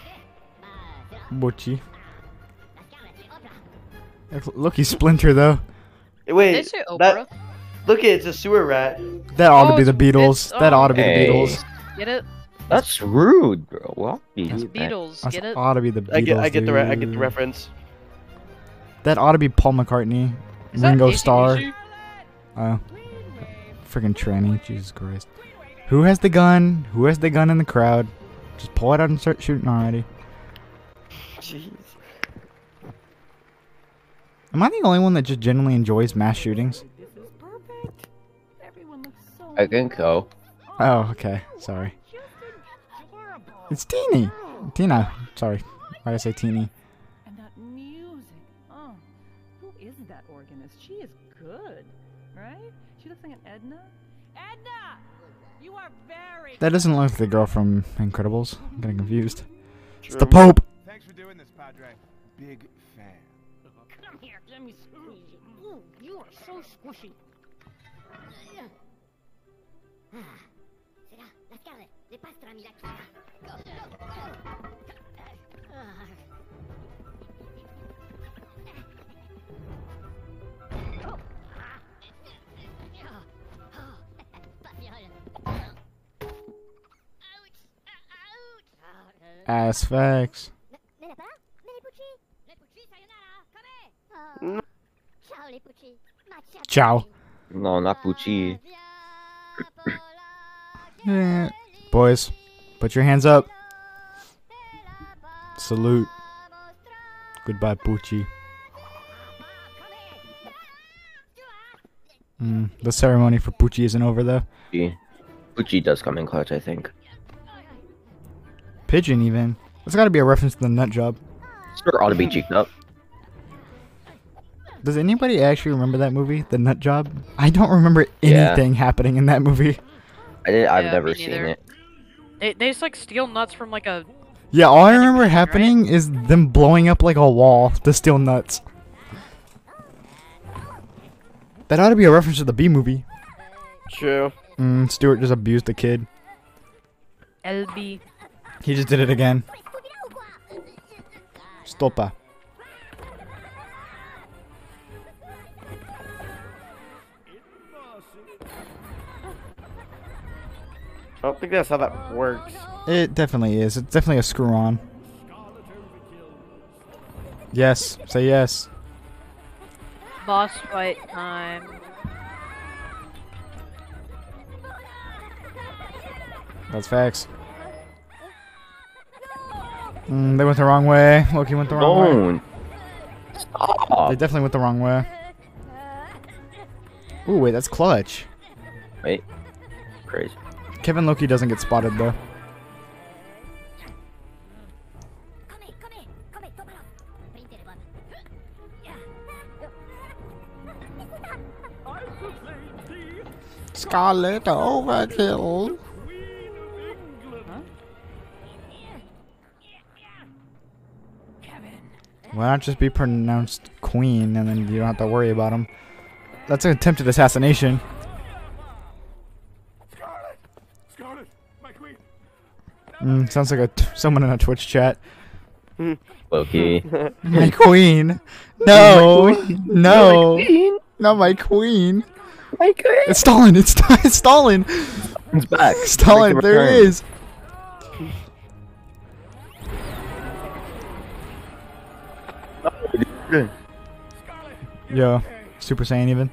Speaker 1: Bochi. Look, he's Splinter though.
Speaker 5: Wait.
Speaker 2: They say
Speaker 5: that- look, it's a sewer rat.
Speaker 1: That ought to
Speaker 2: Oh,
Speaker 1: be the Beatles. That ought to be
Speaker 3: Hey.
Speaker 1: the Beatles.
Speaker 2: Get it?
Speaker 3: That's rude, bro. Well,
Speaker 2: It's Beatles.
Speaker 1: That
Speaker 2: Get it?
Speaker 1: ought to be the Beatles.
Speaker 5: I get, I get the, re- I get
Speaker 1: dude.
Speaker 5: the reference.
Speaker 1: That ought to be Paul McCartney,
Speaker 2: Is that
Speaker 1: Ringo
Speaker 2: AC/DC?
Speaker 1: Starr. Oh, freaking tranny! Jesus Christ. Who has the gun? Who has the gun in the crowd? Just pull it out and start shooting already.
Speaker 5: Jeez.
Speaker 1: Am I the only one that just genuinely enjoys mass shootings?
Speaker 3: I think so.
Speaker 1: Oh, okay. Sorry. It's Teeny. Tina. Sorry. Why did I say Teeny?
Speaker 12: And that music. Oh, who is that organist? She is good, right? She looks like an Edna. Edna, you are very.
Speaker 1: That doesn't look like the girl from Incredibles. I'm getting confused. It's the
Speaker 14: True.
Speaker 1: Pope.
Speaker 14: Thanks for doing this, Padre. Big fan.
Speaker 8: Come here, let me squeeze you. Ooh, you are so squishy.
Speaker 1: Ass facts. Ciao.
Speaker 3: No, not Bucci.
Speaker 1: Yeah. Boys, put your hands up. Salute. Goodbye, Pucci. Mm, the ceremony for Pucci isn't over, though.
Speaker 3: Bucci. Bucci does come in clutch, I think.
Speaker 1: Pigeon, even. That's gotta be a reference to the nut job.
Speaker 3: Sure, ought to be cheeked up.
Speaker 1: Does anybody actually remember that movie, The Nut Job? I don't remember
Speaker 3: Yeah.
Speaker 1: anything happening in that movie.
Speaker 3: I did, I've
Speaker 2: Yeah,
Speaker 3: never
Speaker 2: me
Speaker 3: seen
Speaker 2: neither.
Speaker 3: it.
Speaker 2: They, they just like steal nuts from like a.
Speaker 1: Yeah, all I remember happening is them blowing up like a wall to steal nuts. That ought to be a reference to the B movie.
Speaker 5: True.
Speaker 1: Mm, Stuart just abused the kid.
Speaker 2: LB.
Speaker 1: He just did it again. Stopa.
Speaker 5: I don't think that's how that works.
Speaker 1: It definitely is. It's definitely a screw on. Yes. Say yes.
Speaker 2: Boss fight time.
Speaker 1: That's facts. Mm, they went the wrong way. Loki went the wrong way.
Speaker 3: Don't.
Speaker 1: They
Speaker 3: Stop.
Speaker 1: definitely went the wrong way. Ooh, wait, that's clutch.
Speaker 3: Wait. Crazy.
Speaker 1: Kevin Loki doesn't get spotted though. Scarlet Overkill. Why not just be pronounced queen and then you don't have to worry about him? That's an attempted assassination.
Speaker 14: Scarlet! Scarlet! My queen!
Speaker 1: Mm, sounds like a t- someone in a Twitch chat.
Speaker 3: Loki.
Speaker 1: My queen. No. No. Not my queen.
Speaker 3: My queen.
Speaker 1: It's Stalin. It's, Sta- it's Stalin.
Speaker 3: It's back.
Speaker 1: Stalin,
Speaker 3: Make a
Speaker 1: there it
Speaker 3: return.
Speaker 1: is.
Speaker 3: Good.
Speaker 1: Yo, Super Saiyan even.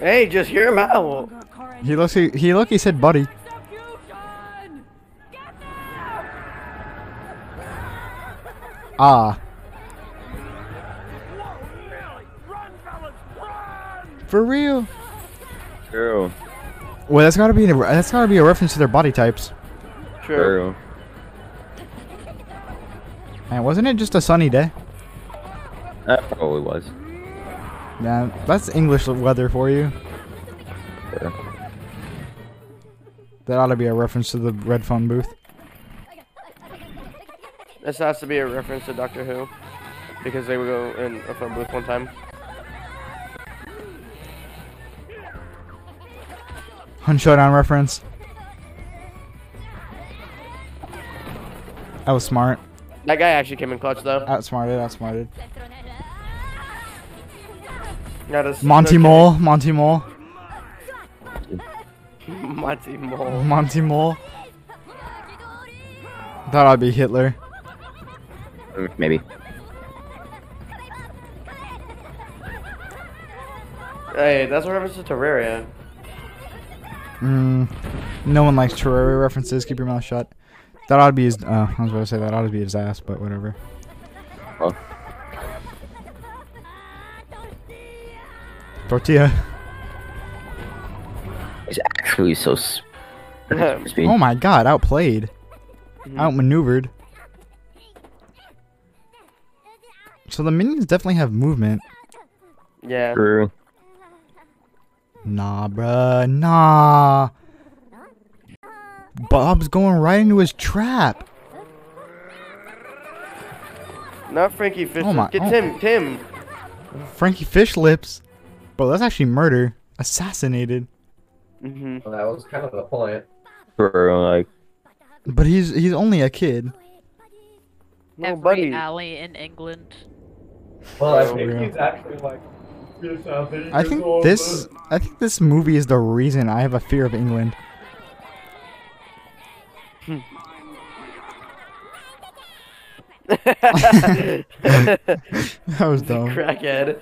Speaker 17: Hey, just hear him out.
Speaker 1: He looks. He, he look. He said, "Buddy." Ah. For real.
Speaker 3: True.
Speaker 1: Well, that's gotta be a, that's gotta be a reference to their body types.
Speaker 3: True.
Speaker 1: Man, wasn't it just a sunny day?
Speaker 3: That probably was.
Speaker 1: Nah, that's English weather for you.
Speaker 3: True.
Speaker 1: That ought to be a reference to the red phone booth.
Speaker 17: This has to be a reference to Doctor Who, because they would go in a phone booth one time.
Speaker 1: Hunt Showdown reference. That was smart.
Speaker 17: That guy actually came in clutch though.
Speaker 1: Outsmarted, outsmarted.
Speaker 17: Got us-
Speaker 1: Monty
Speaker 17: okay.
Speaker 1: Mole, Monty Mole,
Speaker 17: Monty Mole.
Speaker 1: Monty Mole. Thought I'd be Hitler.
Speaker 3: Mm, Maybe.
Speaker 17: Hey, that's a reference to Terraria.
Speaker 1: Mm, no one likes Terraria references. Keep your mouth shut. That ought to be his. Uh, I was about to say that ought to be his ass, but whatever.
Speaker 3: Oh.
Speaker 1: Tortilla.
Speaker 3: He's actually so. s-
Speaker 5: Uh-huh.
Speaker 3: speed.
Speaker 1: Oh my god, outplayed. Outmaneuvered. So the minions definitely have movement.
Speaker 17: Yeah.
Speaker 3: True.
Speaker 1: Nah, bruh, nah. Bob's going right into his trap.
Speaker 17: Not Frankie Fisher.
Speaker 1: Oh my-
Speaker 17: Get
Speaker 1: oh.
Speaker 17: Tim. Tim.
Speaker 1: Frankie Fish Lips. Bro, that's actually murder. Assassinated.
Speaker 17: Mm-hmm.
Speaker 6: Well, that was kind of the point.
Speaker 3: True. Like.
Speaker 1: But he's he's only a kid.
Speaker 2: Every
Speaker 17: buddy.
Speaker 2: alley in England.
Speaker 6: Well, I
Speaker 1: For
Speaker 6: think
Speaker 1: real.
Speaker 6: he's actually like. "Yes, I think
Speaker 1: I
Speaker 6: it's
Speaker 1: think
Speaker 6: all
Speaker 1: this
Speaker 6: good."
Speaker 1: I think this movie is the reason I have a fear of England. That was dumb.
Speaker 17: Crackhead.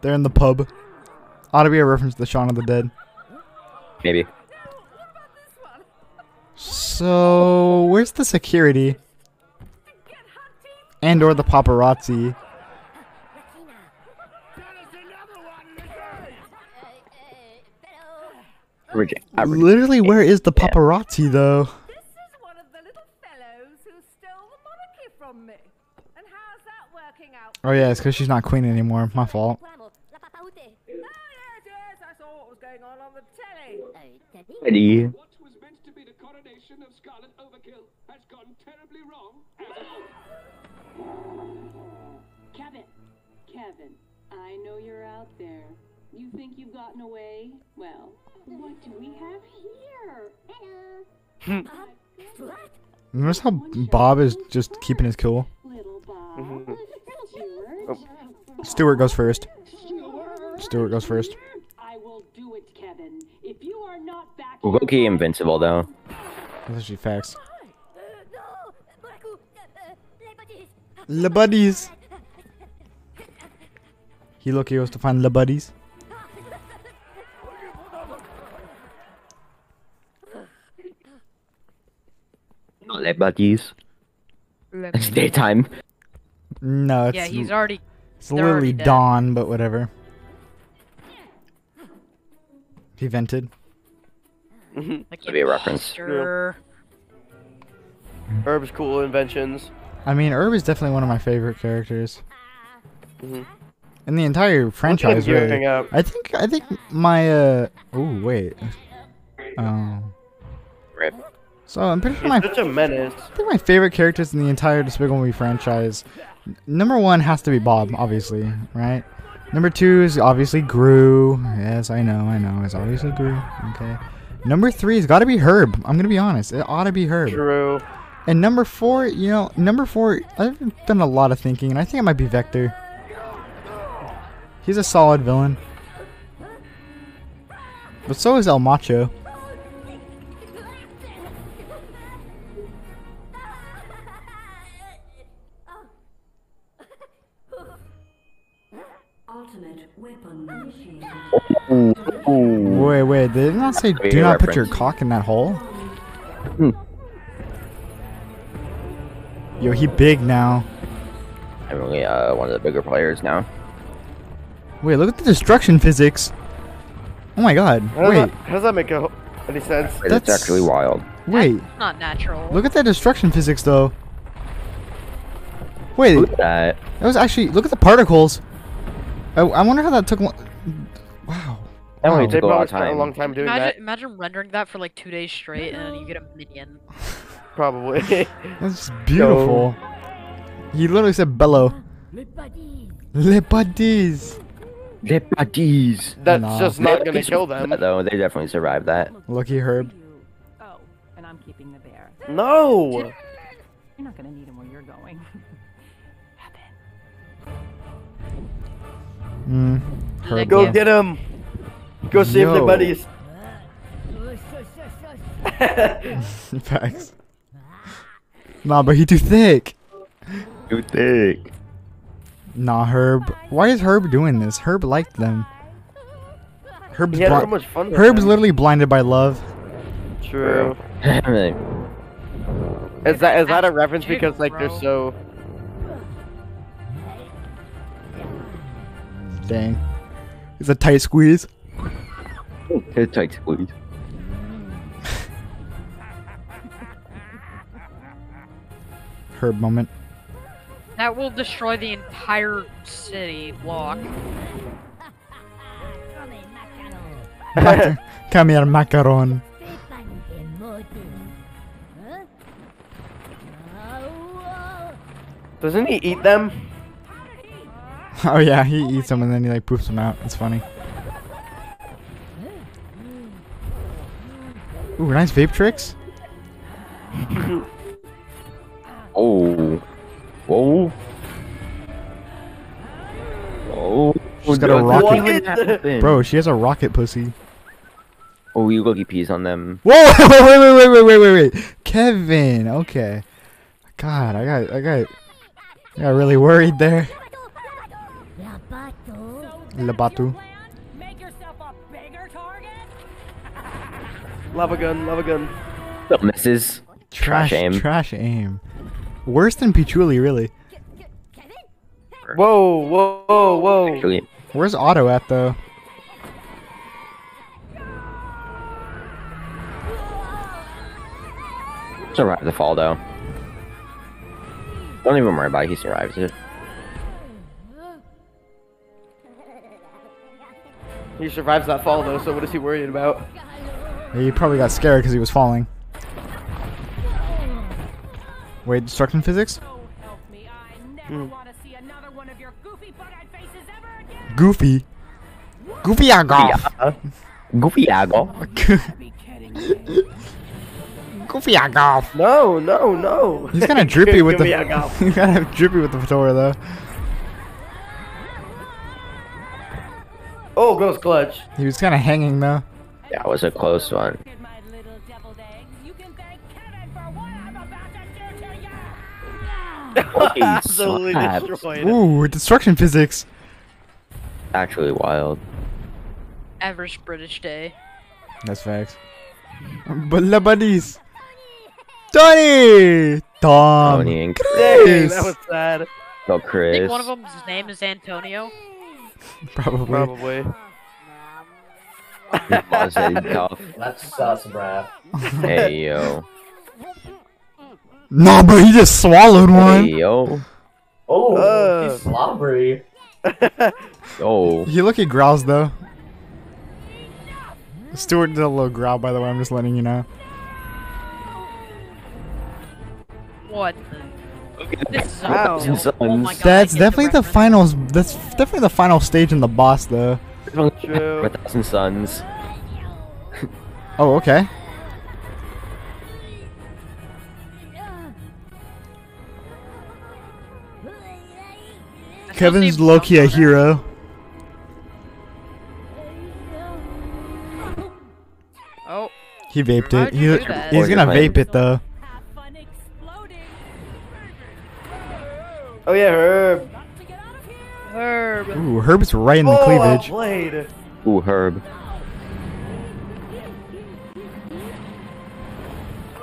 Speaker 1: They're in the pub. Ought to be a reference to the Shaun of the Dead.
Speaker 3: Maybe.
Speaker 1: So where's the security? And or the paparazzi.
Speaker 3: Reject. uh,
Speaker 1: Literally, where is the paparazzi though? Oh yeah, it's because she's not queen anymore. My fault.
Speaker 3: Ready.
Speaker 18: Kevin, Kevin, I know you're out there. You think you've gotten away? Well, what do we have here?
Speaker 1: Hmm. Notice how Bob is just keeping his cool. Stewart goes first. Stewart goes first.
Speaker 3: Loki invincible though.
Speaker 1: That's actually facts. Le buddies. He look goes to find le buddies.
Speaker 3: Not like buddies. It's daytime.
Speaker 1: No, it's
Speaker 2: yeah, he's already.
Speaker 1: It's
Speaker 2: they're already
Speaker 1: literally
Speaker 2: dead.
Speaker 1: dawn, but whatever. He vented.
Speaker 2: Like,
Speaker 3: That'd be a reference.
Speaker 2: Sure.
Speaker 17: Herb's cool inventions.
Speaker 1: I mean, Herb is definitely one of my favorite characters
Speaker 2: Mm-hmm.
Speaker 17: hmm
Speaker 1: in the entire franchise.
Speaker 17: gearing
Speaker 1: Really,
Speaker 17: up.
Speaker 1: I think I think my uh oh wait, oh
Speaker 3: Rip.
Speaker 1: so I'm pretty sure my
Speaker 17: He's such a menace.
Speaker 1: I think my favorite characters in the entire Despicable Me franchise. n- Number one has to be Bob, obviously, right? Number two is obviously Gru. Yes, I know, I know. It's obviously Gru. Okay. Number three has got to be Herb. I'm gonna be honest. It ought to be Herb.
Speaker 17: True.
Speaker 1: And number four, you know, number four. I've done a lot of thinking, and I think it might be Vector. He's a solid villain. But so is El Macho.
Speaker 19: Ultimate weapon initiated.
Speaker 1: Wait, wait, did it not say
Speaker 3: Wait,
Speaker 1: do not put your
Speaker 3: reference.
Speaker 1: cock in that hole? Yo, he big now.
Speaker 3: I'm really uh, one of the bigger players now.
Speaker 1: Wait, look at the destruction physics. Oh my god.
Speaker 5: How does,
Speaker 1: Wait,
Speaker 5: that, how does that make a, ho- any sense?
Speaker 3: It's actually wild.
Speaker 1: wait.
Speaker 2: Not natural.
Speaker 1: Look at that destruction physics though. Wait,
Speaker 3: Look at that.
Speaker 1: that was actually look at the particles. I, I wonder how that took lo- Wow.
Speaker 3: That
Speaker 1: Wow.
Speaker 3: only took a lot of
Speaker 5: spent a
Speaker 3: time.
Speaker 5: long time doing
Speaker 2: imagine,
Speaker 5: that.
Speaker 2: imagine rendering that for like two days straight, and then you get a minion.
Speaker 5: Probably.
Speaker 1: That's beautiful. He literally said bellow. Le buddies.
Speaker 3: Le buddies.
Speaker 5: That's
Speaker 1: Nah.
Speaker 5: just not gonna kill them.
Speaker 3: Though they definitely survived that.
Speaker 1: Lucky Herb.
Speaker 8: Oh.
Speaker 14: And I'm keeping the bear.
Speaker 5: No.
Speaker 14: You're not gonna need him where you're going.
Speaker 1: Mm. Herb
Speaker 5: Go
Speaker 1: though.
Speaker 5: get him. Go save the
Speaker 1: No.
Speaker 5: buddies.
Speaker 1: Facts. Nah, but he too thick.
Speaker 3: Too thick.
Speaker 1: Nah, Herb. Why is Herb doing this? Herb liked them. Herb's
Speaker 5: He had
Speaker 1: bli-
Speaker 5: so much fun with
Speaker 1: Herb's
Speaker 5: them.
Speaker 1: literally blinded by love.
Speaker 5: True.
Speaker 3: True.
Speaker 5: Is that is that a reference
Speaker 2: Jiggle,
Speaker 5: because like they're
Speaker 2: bro.
Speaker 5: so
Speaker 1: Dang. It's a tight squeeze.
Speaker 3: It takes squeeze.
Speaker 1: Herb moment.
Speaker 2: That will destroy the entire city block.
Speaker 1: Mac- Come here, macaron.
Speaker 5: Doesn't he eat them?
Speaker 1: Oh yeah, he eats them and then he like poops them out. It's funny. Ooh, nice vape tricks.
Speaker 3: Oh. Whoa. Oh.
Speaker 1: She's got a
Speaker 3: What
Speaker 1: rocket-
Speaker 3: happened?
Speaker 1: Bro, she has a rocket pussy.
Speaker 3: Oh, you looky peas on them.
Speaker 1: Whoa! Wait, wait, wait, wait, wait, wait, wait. Kevin. Okay. God, I got, I got, I got really worried there. Labatu.
Speaker 5: Lava gun, lava gun.
Speaker 3: What misses?
Speaker 1: Trash,
Speaker 3: Trash aim.
Speaker 1: Trash aim. Worse than Pichuli, really.
Speaker 5: Whoa, whoa, whoa, whoa.
Speaker 3: Actually,
Speaker 1: Where's Otto at though?
Speaker 3: survived the fall though. Don't even worry about it. He survives it.
Speaker 5: He survives that fall though, so what is he worried about?
Speaker 1: He probably got scared because he was falling. Wait, destruction physics? Goofy. Goofy Agoff.
Speaker 3: Yeah. Goofy Aggle.
Speaker 1: Goofy Agoff.
Speaker 5: No, no, no.
Speaker 1: He's kind of drippy with the.
Speaker 5: Goofy Agoff.
Speaker 1: He's kind of drippy with the fedora though.
Speaker 5: Oh, goes clutch.
Speaker 1: He was kind of hanging though.
Speaker 3: That was a close one. Holy
Speaker 5: Absolutely
Speaker 3: slaps.
Speaker 5: destroyed.
Speaker 1: Ooh, destruction physics.
Speaker 3: Actually wild.
Speaker 2: Average British day.
Speaker 1: That's facts. But la buddies. Tony. Tom.
Speaker 3: Tony and
Speaker 5: Dang,
Speaker 1: Chris.
Speaker 5: that was sad.
Speaker 3: Go
Speaker 2: I
Speaker 3: Chris.
Speaker 2: think one of them's name is Antonio.
Speaker 1: Probably.
Speaker 5: Probably.
Speaker 3: Was it tough?
Speaker 6: That's sus, bruh.
Speaker 3: Hey yo.
Speaker 1: No, but he just swallowed one.
Speaker 3: Hey yo.
Speaker 6: Oh,
Speaker 5: Uh.
Speaker 6: he's slobbery.
Speaker 3: Oh.
Speaker 1: He look he growls though. Stuart did a little growl by the way, I'm just letting you know.
Speaker 2: What? the- This is
Speaker 5: Wow.
Speaker 2: awful. Oh my god, I
Speaker 1: that's
Speaker 2: get the
Speaker 1: definitely the,
Speaker 2: reference.
Speaker 1: finals that's definitely the final stage in the boss though.
Speaker 5: True.
Speaker 3: A thousand suns.
Speaker 1: Oh, okay.
Speaker 2: That's
Speaker 1: Kevin's
Speaker 2: mostly
Speaker 1: Loki a
Speaker 2: Madonna.
Speaker 1: hero.
Speaker 2: Oh,
Speaker 1: He vaped
Speaker 2: Why'd
Speaker 1: it.
Speaker 2: you
Speaker 1: He-
Speaker 2: do that?
Speaker 1: he's gonna
Speaker 3: Morgan
Speaker 1: vape it though.
Speaker 5: Oh yeah, Herb.
Speaker 20: Herb.
Speaker 1: Ooh, Herb's right in the
Speaker 20: oh,
Speaker 1: cleavage.
Speaker 20: A blade.
Speaker 3: Ooh, Herb.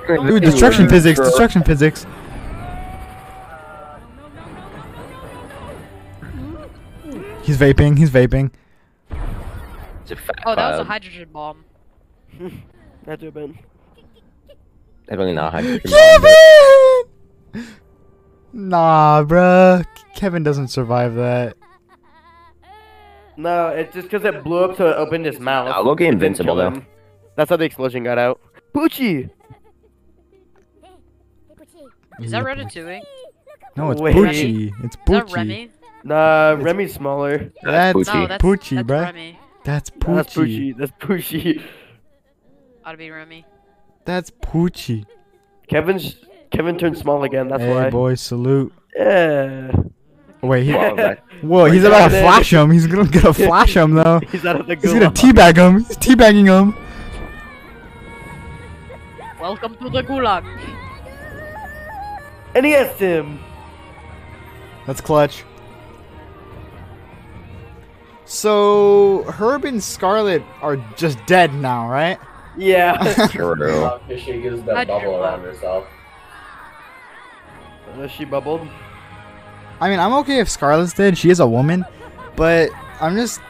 Speaker 1: Ooh, destruction physics, destruction physics. He's vaping, he's vaping.
Speaker 2: Oh, that was a
Speaker 3: Cloud.
Speaker 2: hydrogen bomb.
Speaker 5: Had to have been.
Speaker 3: Definitely not hydrogen.
Speaker 1: Kevin! Nah, bruh. Kevin doesn't survive that.
Speaker 5: No, it's just because it blew up to open his mouth.
Speaker 3: Nah, Loki
Speaker 5: It didn't
Speaker 3: invincible,
Speaker 5: kill
Speaker 3: though.
Speaker 5: him. That's how the explosion got out. Poochie!
Speaker 2: Is that Ratatouille?
Speaker 1: No, it's
Speaker 5: Wait.
Speaker 1: Poochie. It's
Speaker 2: Is that
Speaker 1: Poochie.
Speaker 2: Remy?
Speaker 5: Nah, Remy's smaller.
Speaker 1: That's
Speaker 2: Poochie. No, that's-
Speaker 1: Poochie,
Speaker 2: that's
Speaker 1: bruh.
Speaker 2: Remy.
Speaker 1: That's Poochie.
Speaker 5: That's Poochie. That's Poochie.
Speaker 2: Ought to be Remy.
Speaker 1: That's Poochie.
Speaker 5: Kevin's Kevin turned small again. That's
Speaker 1: hey,
Speaker 5: why.
Speaker 1: boy, salute.
Speaker 5: Yeah.
Speaker 1: Wait, he,
Speaker 5: Wow, that-
Speaker 1: whoa, he's
Speaker 5: Right
Speaker 1: about to
Speaker 5: there.
Speaker 1: flash him. He's gonna, gonna flash him though.
Speaker 5: He's out of the
Speaker 1: He's gonna
Speaker 5: gulag.
Speaker 1: teabag him. He's teabagging him.
Speaker 2: Welcome to the gulag.
Speaker 5: And he has him.
Speaker 1: That's clutch. So Herb and Scarlet are just dead now, right?
Speaker 5: Yeah.
Speaker 3: True.
Speaker 21: She gives that
Speaker 2: Hydrogen
Speaker 21: bubble around
Speaker 2: bomb.
Speaker 21: herself.
Speaker 5: Uh, she bubbled.
Speaker 1: I mean, I'm okay if Scarlet's dead. She is a woman, but I'm just,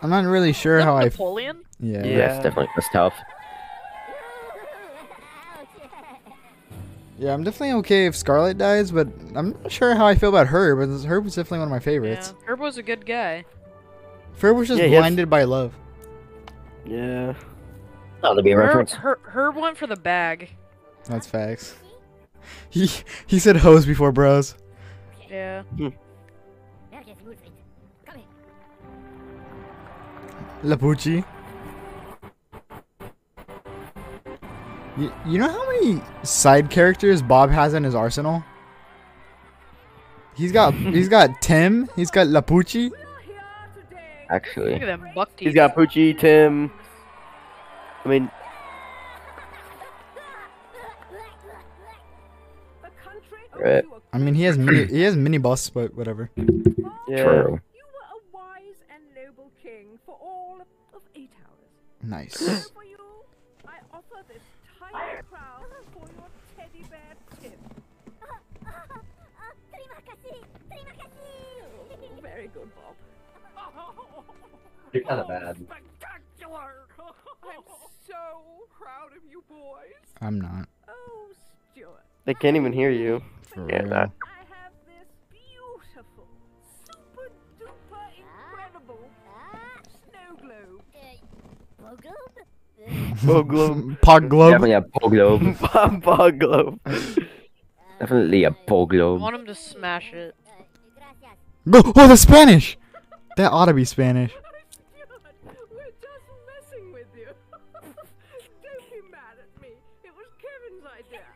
Speaker 1: I'm not really sure how I. f-
Speaker 2: Napoleon?
Speaker 1: Yeah.
Speaker 3: Yeah. That's definitely that's tough.
Speaker 1: Yeah, I'm definitely okay if Scarlet dies, but I'm not sure how I feel about Herb. But Herb was definitely one of my favorites.
Speaker 2: Herb was a good guy.
Speaker 1: Herb was just
Speaker 5: Yeah, he has-
Speaker 1: blinded by love.
Speaker 5: Yeah.
Speaker 3: That'll be a
Speaker 2: Herb,
Speaker 3: reference.
Speaker 2: Her- Herb went for the bag.
Speaker 1: That's facts. He he said hose before bros.
Speaker 2: Yeah.
Speaker 1: Lapucci. You, you know how many side characters Bob has in his arsenal? He's got he's got Tim, he's got Lapucci.
Speaker 2: Look
Speaker 3: Actually.
Speaker 2: at them buck teeth.
Speaker 5: He's got Poochie, Tim. I mean,
Speaker 3: Right.
Speaker 1: I mean, he has mini he has mini boss, but whatever.
Speaker 5: yeah.
Speaker 3: True.
Speaker 1: Nice.
Speaker 8: Very good, Bob.
Speaker 21: You're kind of bad.
Speaker 14: I'm so proud of you boys.
Speaker 1: I'm not.
Speaker 14: Oh, Stuart,
Speaker 5: they can't even hear you.
Speaker 1: For
Speaker 5: Yeah,
Speaker 1: real.
Speaker 5: that-
Speaker 14: I have this beautiful, super duper incredible Ah. snow globe.
Speaker 8: Uh,
Speaker 1: Pog globe. Pog globe.
Speaker 3: Definitely a Poglobe.
Speaker 5: Bob Globe.
Speaker 3: Definitely a
Speaker 2: I
Speaker 3: Poglobe.
Speaker 2: want him to smash it.
Speaker 1: Bro, oh, that's Spanish. That ought to be Spanish.
Speaker 14: We're just messing with you. Don't be mad at me. It was Kevin's idea.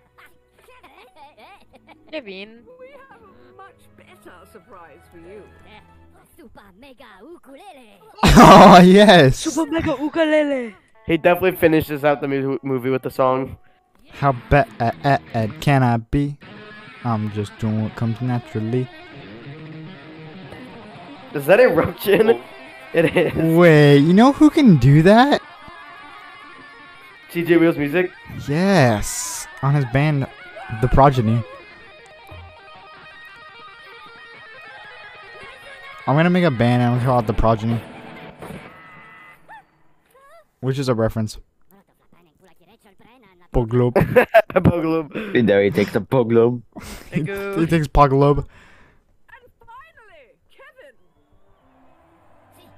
Speaker 2: Kevin.
Speaker 14: We have a much better surprise for you.
Speaker 8: Super mega ukulele.
Speaker 1: oh yes.
Speaker 2: Super Mega Ukulele.
Speaker 5: He definitely finishes out the mu- movie with the song.
Speaker 1: How bad eh, can I be? I'm just doing what comes naturally.
Speaker 5: Is that eruption? It is.
Speaker 1: Wait, you know who can do that?
Speaker 5: CJ Wheels music.
Speaker 1: Yes, on his band, The Progeny. I'm gonna make a band and I'm gonna call it The Progeny, which is a reference. Poglobe.
Speaker 5: Buglobe.
Speaker 3: And there he takes a Poglobe.
Speaker 1: he,
Speaker 2: go.
Speaker 1: he thinks Poglobe.
Speaker 14: Finally, Kevin,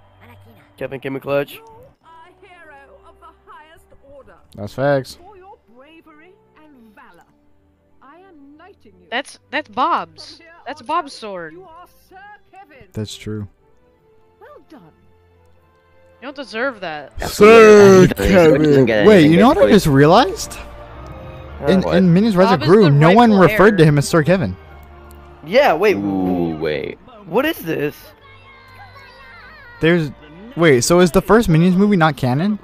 Speaker 5: Kevin came in clutch.
Speaker 14: you are a hero of the highest order.
Speaker 1: That's facts.
Speaker 14: For your bravery and valor, I am knighting you.
Speaker 2: That's that's Bob's. That's Bob's sword.
Speaker 14: You are Sir Kevin.
Speaker 1: That's true.
Speaker 14: Well done.
Speaker 2: You don't deserve that.
Speaker 1: Sir
Speaker 3: He doesn't- he doesn't get anything,
Speaker 1: Wait, you know what I
Speaker 3: basically.
Speaker 1: just realized? In,
Speaker 3: What?
Speaker 1: in Minions Rise of
Speaker 2: Bob is
Speaker 1: Gru,
Speaker 2: the
Speaker 1: no one
Speaker 2: rightful
Speaker 1: referred to
Speaker 2: heir.
Speaker 1: him as Sir Kevin.
Speaker 5: Yeah. Wait.
Speaker 3: Ooh, wait.
Speaker 5: What is this?
Speaker 1: There's. Wait, so is the first Minions movie not canon?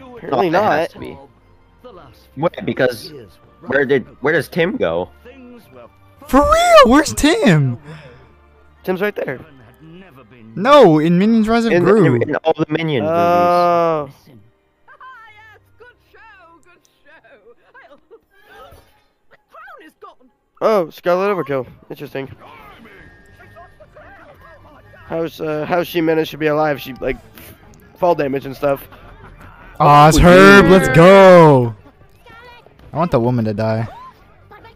Speaker 5: Apparently
Speaker 3: No, it has
Speaker 5: not.
Speaker 3: to be. Wait, because where did where does Tim go?
Speaker 1: For real? Where's Tim?
Speaker 5: Tim's right there.
Speaker 1: No, in Minions Rise of
Speaker 3: In-
Speaker 1: Gru.
Speaker 3: in- in all the Minion movies.
Speaker 5: Oh. Oh, Scarlet Overkill. Interesting. How's uh, how she managed to be alive? She like fall damage and stuff.
Speaker 1: Aw, it's Herb. Let's go. I want the woman to die.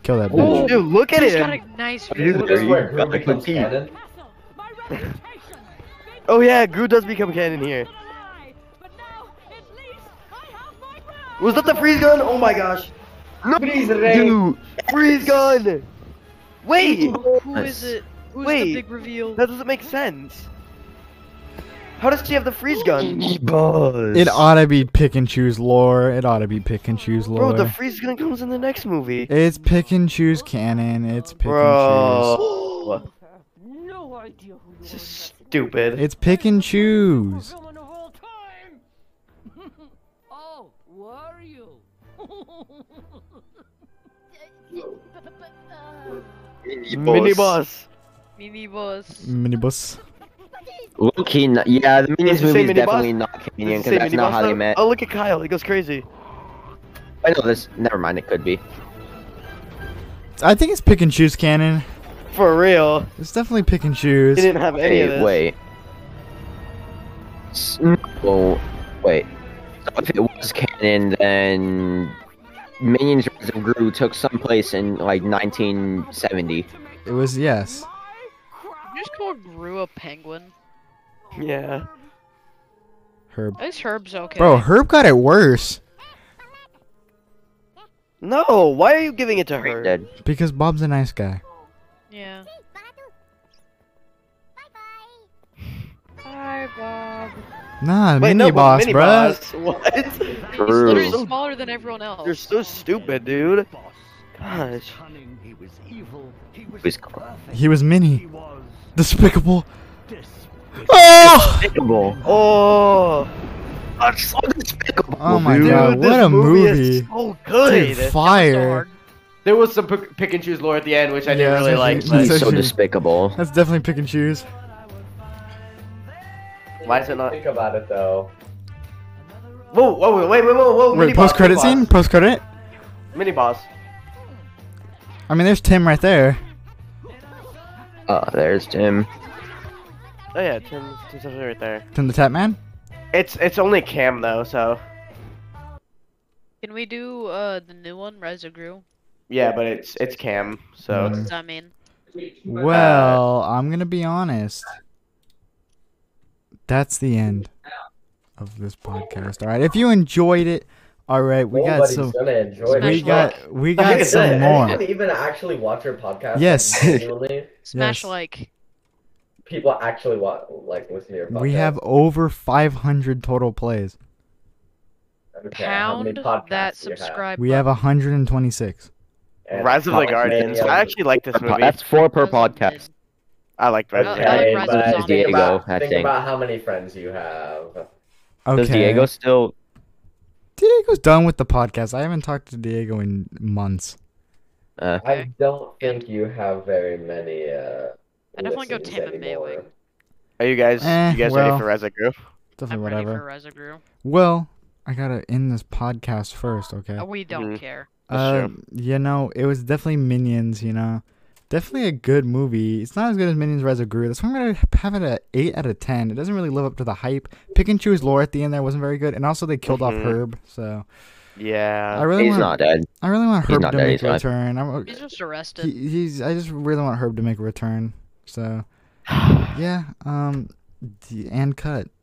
Speaker 1: Kill that bitch.
Speaker 5: Dude, look at
Speaker 2: He's
Speaker 5: him.
Speaker 2: got a nice.
Speaker 6: This is where Gru becomes canon.
Speaker 5: Oh yeah, Gru does become canon here. Was that the freeze gun? Oh my gosh. No,
Speaker 22: Freeze ray.
Speaker 5: dude, freeze gun. Wait,
Speaker 2: Who is it? Who's the
Speaker 5: Wait.
Speaker 2: big reveal?
Speaker 5: that doesn't make sense. How does she have the freeze gun?
Speaker 1: It oughta be pick and choose lore. It oughta be pick and choose
Speaker 5: Bro,
Speaker 1: lore.
Speaker 5: the freeze gun comes in the next movie.
Speaker 1: it's pick and choose canon. It's pick and
Speaker 5: Bro, this is stupid.
Speaker 1: choose. It's pick and choose.
Speaker 23: Oh, were you?
Speaker 5: Mini boss.
Speaker 2: Mini boss.
Speaker 1: Minibus.
Speaker 3: Loki, n- yeah, the Minions
Speaker 5: Does it say
Speaker 3: movie is
Speaker 5: mini boss?
Speaker 3: definitely not
Speaker 5: Does it
Speaker 3: canon because
Speaker 5: say
Speaker 3: that's
Speaker 5: mini
Speaker 3: not
Speaker 5: boss
Speaker 3: how they
Speaker 5: though?
Speaker 3: met.
Speaker 5: Oh, look at Kyle. He goes crazy.
Speaker 3: I know this. Never mind, it could be.
Speaker 1: I think it's pick and choose canon.
Speaker 5: For real.
Speaker 1: It's definitely pick and choose.
Speaker 5: He didn't have any of
Speaker 3: Hey,
Speaker 5: this.
Speaker 3: wait. S- No, wait. So if it was canon, then Minions Rise of Gru took someplace in like 1970.
Speaker 1: It was yes.
Speaker 2: You just call Gru a penguin.
Speaker 5: Yeah.
Speaker 1: Herb.
Speaker 2: At least Herb's okay.
Speaker 1: Bro, Herb got it worse
Speaker 5: No, why are you giving it to her?
Speaker 1: because Bob's a nice guy.
Speaker 2: Yeah. Bye, Bob.
Speaker 1: Nah,
Speaker 5: Wait, no,
Speaker 1: mini boss,
Speaker 5: mini
Speaker 1: bruh.
Speaker 5: boss. What?
Speaker 2: He's literally smaller than everyone else.
Speaker 5: You're so stupid, dude. Gosh.
Speaker 3: Please
Speaker 1: He was mini. Despicable. Ah!
Speaker 5: Oh!
Speaker 3: Despicable.
Speaker 5: Oh.
Speaker 3: That's so despicable.
Speaker 1: Oh my
Speaker 5: Dude,
Speaker 1: god,
Speaker 5: this
Speaker 1: what a
Speaker 5: movie
Speaker 1: movie.
Speaker 5: is so good.
Speaker 1: Dude, fire.
Speaker 24: There was some pick, pick and choose lore at the end, which I
Speaker 1: Yeah,
Speaker 24: didn't really
Speaker 1: that's
Speaker 24: like.
Speaker 1: actually-
Speaker 24: but-
Speaker 1: that's
Speaker 3: so
Speaker 1: actually-
Speaker 3: despicable.
Speaker 1: That's definitely pick and choose.
Speaker 5: Why is it not?
Speaker 6: Think about it though.
Speaker 5: Whoa, whoa, wait, wait, whoa, whoa.
Speaker 1: Wait,
Speaker 5: mini boss,
Speaker 1: post credit
Speaker 5: mini
Speaker 1: scene?
Speaker 5: boss.
Speaker 1: Post credit?
Speaker 5: Mini boss.
Speaker 1: I mean, there's Tim right there.
Speaker 3: Oh, there's Tim.
Speaker 5: Oh yeah, Tim, Tim's actually right there.
Speaker 1: Tim the Tap Man?
Speaker 5: It's it's only Cam though, so
Speaker 2: Can we do uh the new one, Rise of Gru?
Speaker 5: yeah, but it's it's Cam. So
Speaker 2: What does
Speaker 6: Mm.
Speaker 2: that mean?
Speaker 1: Well, I'm gonna be honest. That's the end of this podcast. All right, if you enjoyed it, all right, we got
Speaker 6: Nobody's
Speaker 1: some.
Speaker 6: gonna enjoy it.
Speaker 1: We got we got some
Speaker 6: Anyone
Speaker 1: more.
Speaker 6: even actually watch your podcast? like,
Speaker 1: Yes.
Speaker 6: genuinely?
Speaker 2: Smash
Speaker 1: Yes.
Speaker 2: like.
Speaker 6: People actually watch, like, listen to your podcast.
Speaker 1: We have over 500 total plays.
Speaker 6: Okay, how many
Speaker 2: Pound
Speaker 6: podcasts
Speaker 2: that
Speaker 6: do you have?
Speaker 2: subscribe.
Speaker 1: We have 126.
Speaker 6: And
Speaker 5: Rise of
Speaker 6: how
Speaker 5: the
Speaker 6: many um,
Speaker 5: Guardians.
Speaker 6: of-
Speaker 5: I actually like this movie.
Speaker 3: That's four per podcast.
Speaker 5: I liked Rise of the
Speaker 2: I like
Speaker 6: Okay,
Speaker 2: Rise of
Speaker 6: but
Speaker 2: Zombies.
Speaker 6: think about,
Speaker 3: Diego, I
Speaker 6: think
Speaker 3: think.
Speaker 6: about how many friends you have.
Speaker 1: Okay.
Speaker 3: Does Diego still?
Speaker 1: Diego's done with the podcast. I haven't talked to Diego in months.
Speaker 3: Uh,
Speaker 6: I don't think you have very many. Uh,
Speaker 2: I definitely go
Speaker 6: listens
Speaker 2: Tampa Bay
Speaker 6: anymore.
Speaker 2: Wing.
Speaker 5: Are you guys
Speaker 1: Eh,
Speaker 5: you guys
Speaker 1: well.
Speaker 5: ready for Rise of Gru?
Speaker 1: Definitely
Speaker 2: I'm ready for
Speaker 1: whatever.
Speaker 2: Rise of Gru.
Speaker 1: Well, I gotta end this podcast first, okay?
Speaker 2: Uh, We don't care.
Speaker 1: Uh, you know, it was definitely Minions. You know, definitely a good movie. It's not as good as Minions: Rise of Gru. That's why I'm gonna have it at eight out of ten. It doesn't really live up to the hype. Pick and choose lore at the end there wasn't very good, and also they killed off
Speaker 5: Mhm.
Speaker 1: Herb. So
Speaker 5: Yeah.
Speaker 1: I really
Speaker 3: Mm-hmm. Uh,
Speaker 1: want.
Speaker 3: He's not dead.
Speaker 1: I really want
Speaker 3: He's
Speaker 1: Herb
Speaker 3: not
Speaker 1: to
Speaker 3: dead,
Speaker 1: make
Speaker 3: he's
Speaker 1: a
Speaker 3: not.
Speaker 1: return. I'm,
Speaker 2: He's just arrested.
Speaker 1: he, he's. I just really want Herb to make a return. So yeah. Um, d- and cut.